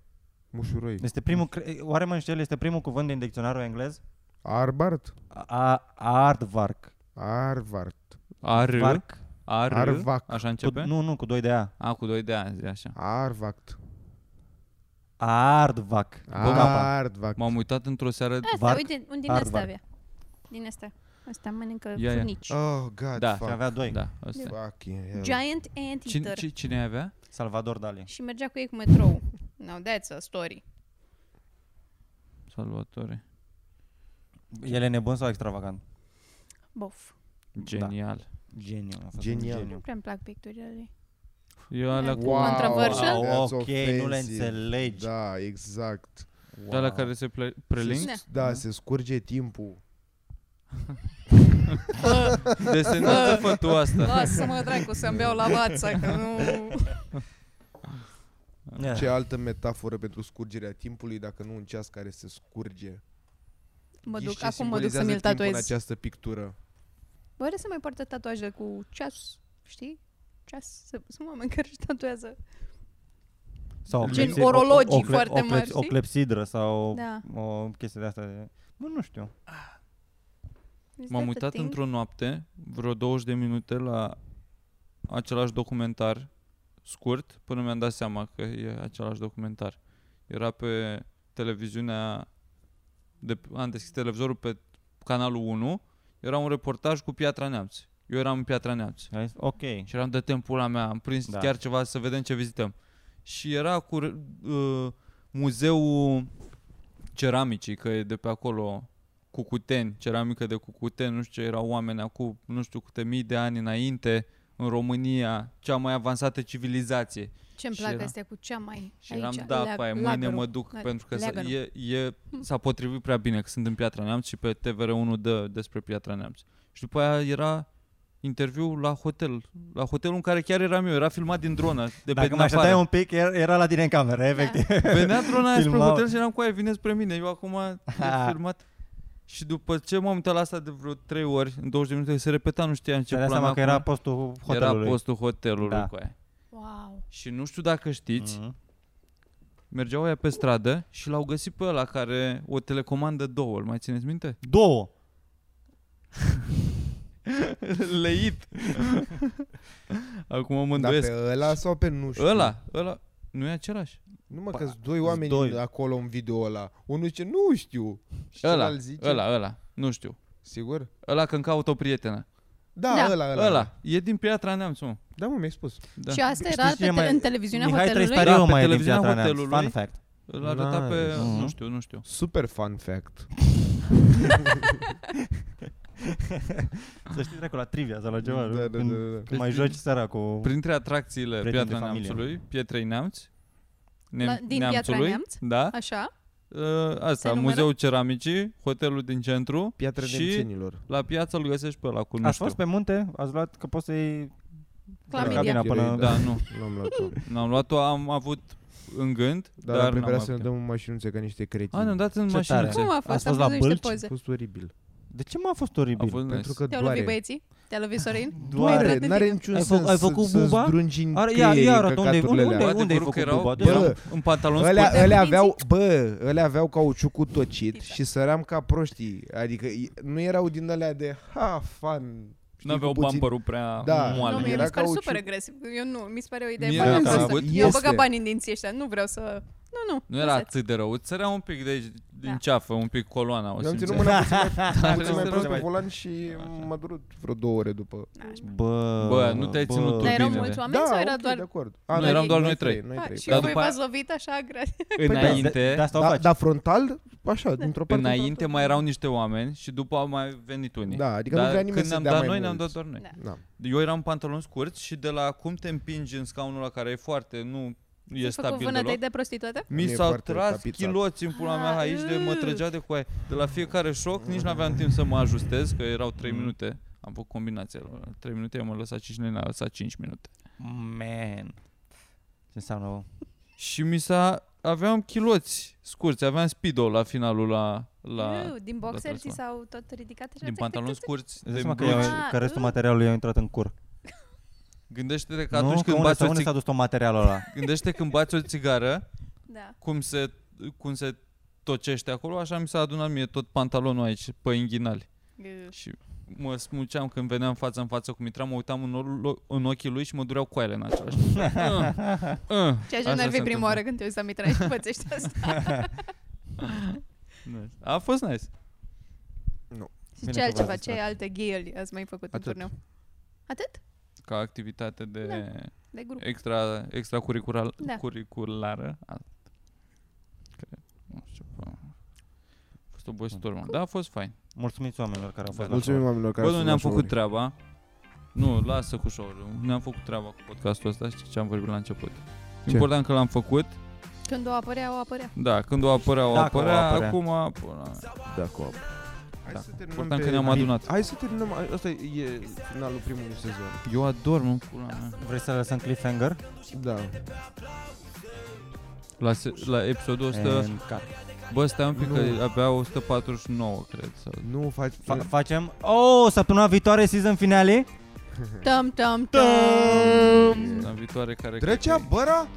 Mușuroi.
Este primul, cre- oare mă înșel, este primul cuvânt din dicționarul englez?
Arbart?
A, aardvark.
Arvart.
Ar,
Vark?
ar,
Arvac.
Așa
Cu,
începe?
nu, nu, cu 2 de A.
A, cu doi de ani, zi așa.
Arvact.
Aardvac. Cu capa.
Arvact.
M-am uitat într-o seară...
Asta,
Varc,
uite, un din
arvar.
asta avea. Din asta. Asta mănâncă
ia.
furnici.
Ah,
Oh, god,
Da,
Și
fuck.
avea 2.
Da, asta. e.
Fucking hell.
Giant
Cine,
anteater.
ci- cine avea?
Salvador Dali.
Și mergea cu ei cu metrou. Now that's a story.
Salvatore.
El e nebun sau extravagant?
Bof.
Da.
Genial.
Geniu. a fost un
Genial.
Nu prea îmi plac picturile lui.
Eu alea cu...
Wow. Controversial?
Wow,
that's
ok, nu le
offensive.
înțelegi.
Da, exact.
Wow.
De alea care se ple- prelink?
Da.
Da, se scurge timpul.
Desenează fă tu asta.
Lasă-mă, dracu, să-mi beau la vața, că nu...
Yeah.
Ce altă metaforă pentru scurgerea timpului dacă nu un ceas care se scurge?
Mă
Ghiși
duc,
ce
acum mă duc să
simbolizează
mi-l
timpul în
tatuez.
această pictură.
Bă, are să mai poartă tatuaje cu ceas, știi? Ceas. Sunt sunt oameni care își tatuează.
Sau o
Gen
clepsi-
orologii
o- o cle-
foarte
o cleps-
mari, știi?
O clepsidră sau
Da.
o chestie de asta. Bă, nu știu.
M-am uitat într-o noapte, vreo 20 de minute la același documentar scurt, până mi-am dat seama că e același documentar. Era pe televiziunea, de, am deschis televizorul pe canalul 1, era un reportaj cu Piatra Neamț. Eu eram în Piatra Neamț.
Ai zis, Ok.
Și eram de timpul la mea, am prins
Da.
da. chiar ceva să vedem ce vizităm. Și era cu r- uh, muzeul ceramicii, că e de pe acolo Cucuteni, ceramică de Cucuteni, nu știu ce erau oameni acum, nu știu câte mii de ani înainte, în România, cea mai avansată civilizație.
Ce-mi
și
plac
era-
astea cu cea mai
Și
aici,
eram, da,
leag-
pe aia, mâine
lagărul.
mă duc,
Leag-
pentru că s-a,
leagănul.
e, e, s-a potrivit prea bine, că sunt în Piatra Neamț și pe TVR1 dă despre Piatra Neamț. Și după aia era interviu la hotel, la hotelul în care chiar eram eu, era filmat din dronă, de pe
Dacă
din
mai așteptai
afară.
un pic, era, era la tine în
Da.
cameră, efectiv.
Venea drona aia spre
Filmau.
hotel și eram cu aia, vine spre mine, eu acum
Ha.
am filmat. Și după ce m-am uitat la asta de vreo 3 ori, în 20 de minute, se repeta, nu știam ce
Ce dai
pula
seama
mea
că era
acum.
postul
era
hotelului.
postul hotelului
Da.
cu aia.
Wow.
Și nu știu dacă știți,
Mhm.
mergeau aia pe stradă și l-au găsit pe ăla care o telecomandă două, îl mai țineți minte?
Două.
Leit! Acum mă
Dar pe
îndoiesc.
ăla sau Da, pe nu știu?
Ăla, ăla, nu e același?
Nu mă, că doi oameni
doi.
acolo în video ăla. Unul zice, nu știu. Și
Ăla,
celălalt zice,
ăla, ăla, nu știu.
Sigur?
Ăla când caut o prietenă.
Da,
Da.
ăla, ăla.
Ăla, e din Piatra Neamț, mă.
Da, mă, mi-ai spus.
Da.
Și asta
Știți
era pe
cine
te-
mai-
în televiziunea
Mihai
hotelului?
Tristariu
Da, pe
mai e din
televiziunea
Piatra Neamț.
hotelului.
Fun fact.
Îl arăta pe...
Nice.
Nu știu, nu știu.
Super fun fact.
Să știi dracu la trivia sau la ceva.
Da, da, da,
când-
da.
Când mai joci seara cu...
Printre atracțiile
Prieteni
Piatra
de familie.
Neamțului, Pietrei Neamț,
La- din Piatra
Neamțului,
Neamț?
Da.
Așa?
Uh,
Se
asta,
numără?
Muzeul Ceramicii, hotelul din centru
Piatra
și
demțenilor.
la piață îl găsești pe ăla cu nu
Ați
știu.
fost pe munte? Ați luat că poți să iei
Clamidia.
cabina până...
Da, nu.
L-am luat-o.
N-am luat-o, am avut în gând,
Dar,
dar
dar
n-am
vrea să ne
avut.
dăm în mașinuțe ca niște cretini.
A, da. ne-am dat în
Ce
mașinuță.
tare.
Cum a
Ați
fost? Am
fost la
văzut niște
Bâlci?
A
poze.
fost oribil.
De ce m-a fost
A
oribil?
fost
Pentru
nice.
că
Te-au lovit
doare.
băieții? Te-a lovit Sorin?
Doare.
Ai
Doare,
dat
n-are
din-
niciun
Ai fă-
sens
ai făcut
să,
buba?
să zdrungi în
Are- ia-
creierii
ia arată unde-
căcaturile
unde-
alea.
Bă,
unde ai
adevărul că
făcut
erau-
buba?
eram
Bă,
în pantalon
Alea,
scurt.
Scoate
alea,
dinții.
aveau, bă, alea aveau cauciucul tocit
da.
și săream ca proștii. Adică i- nu erau din alea de ha, fan. știi,
Nu aveau
cu puțin-
bumper prea
Da.
Nu,
moale.
mie
Era
mi se pare
cauciuc.
super agresiv. Eu nu, mi se pare o idee
Mie
foarte
dacă
proastă.
avut-
Eu am
este.
băgat bani în dinții ăștia, nu vreau să... Nu, nu.
Nu era
lăsați.
atât de rău, îți sărea un pic de aici, din
Da.
ceafă, un pic coloana, o
Mi-am ținut
simțeai.
mâna puțin mai-
Dar
puțin mai
nu-
prost pe
mai-
volan și m-a durut vreo două ore după.
Na, și-
Bă,
Bă, nu te-ai
bă.
ținut tu
Dar erau
bine,
mulți
de-
oameni sau era
Da, ok, de
doar...
acord.
Noi
noi-
eram doar
noi trei.
Noi
Ah,
trei.
Și
Dar
voi
după aia-
v-ați lovit așa agresiv?
păi,
De,
Înainte,
de asta o
Păi Da,
faci.
dar frontal, așa,
Da.
dintr-o parte.
Înainte mai erau niște oameni și după au mai venit unii.
Da, adică nu
Dar
vrea nimeni
când
să
ne-am
dea
dat
mai
noi,
mult.
ne-am dat doar noi.
Da.
Da.
Eu eram în pantaloni scurți și de la cum te împingi în scaunul ăla care e foarte, nu e
Ai făcut
stabil
vânătăi
deloc.
de prostituată?
Mi
Nu e
s-au
foarte
tras
tapizat.
chiloți în pula mea
Ah,
aici de mă
ugh.
trăgea de coaie. De la fiecare șoc nici n-aveam timp să mă ajustez, că erau 3 minute. Am făcut combinația la 3 minute, eu m-am lăsat 5, ne a lăsat 5 minute.
Man. Ce înseamnă, bă?
Și mi s-a... Aveam chiloți scurți, aveam speedo la finalul la... la
Iu, din boxer ți s-au tot ridicat așa?
din
tic,
pantaloni
tic, tic,
scurți,
Îți dai
din
seama că,
blugi.
eu- că restul
Ah,
materialului i-a intrat în cur.
Gândește-te că
nu,
atunci
că
când
unde,
bați
sau
o
unde s-a
țigară,
dus tot materialul ăla?
gândește când bați o țigară,
tic? Da.
cum se, cum se tocește acolo, așa mi s-a adunat mie tot pantalonul aici, pe inghinali.
Iu.
Și mă smuceam când veneam față în față cu Mitra, mă uitam în, or- în ochii lui și mă dureau coaiele în același timp. Ah, ah,
Ceea ce
așa
n-ar
se
fi prima
întâmplă.
oară când te uiți la Mitrai și pățești asta.
Nice. A fost nice.
Și
Bine
ce
că
altceva,
v-ați
ce alte ghieli ați mai făcut
Atât.
în turneu? Atât?
Ca activitate de
Da. De grup.
extra, extracurriculară.
Da.
Curriculară. A- Cred. Nu știu. bă. A fost obositor, mă. Da, a fost fain.
Mulțumiți oamenilor care au fost
Mulțumim
acolo.
oamenilor care
Bă, nu
sunt
ne-am
așa
făcut
ori.
treaba. Nu, lasă cu show Ne-am făcut treaba cu podcastul ăsta și ce am vorbit la început.
Ce?
Important că l-am făcut.
Când o apărea, o apărea.
Da, când o apărea, o
Dacă o
apărea.
apărea.
Acum, până...
Da, cu apă. Hai
Da.
să terminăm
Important
pe-
că ne-am
Hai-
adunat.
Hai să terminăm, asta e finalul primului sezon.
Eu adorm în pula mea.
Vrei să lăsăm cliffhanger?
Da.
La, se- la episodul 100...
And cut.
Bă, stai un pic,
Nu.
că abia 149, cred. Sau...
Nu faci...
Fa- facem... Oh, săptămâna viitoare season finale?
Tam, tam, tam!
La viitoare care...
Drăcea băra?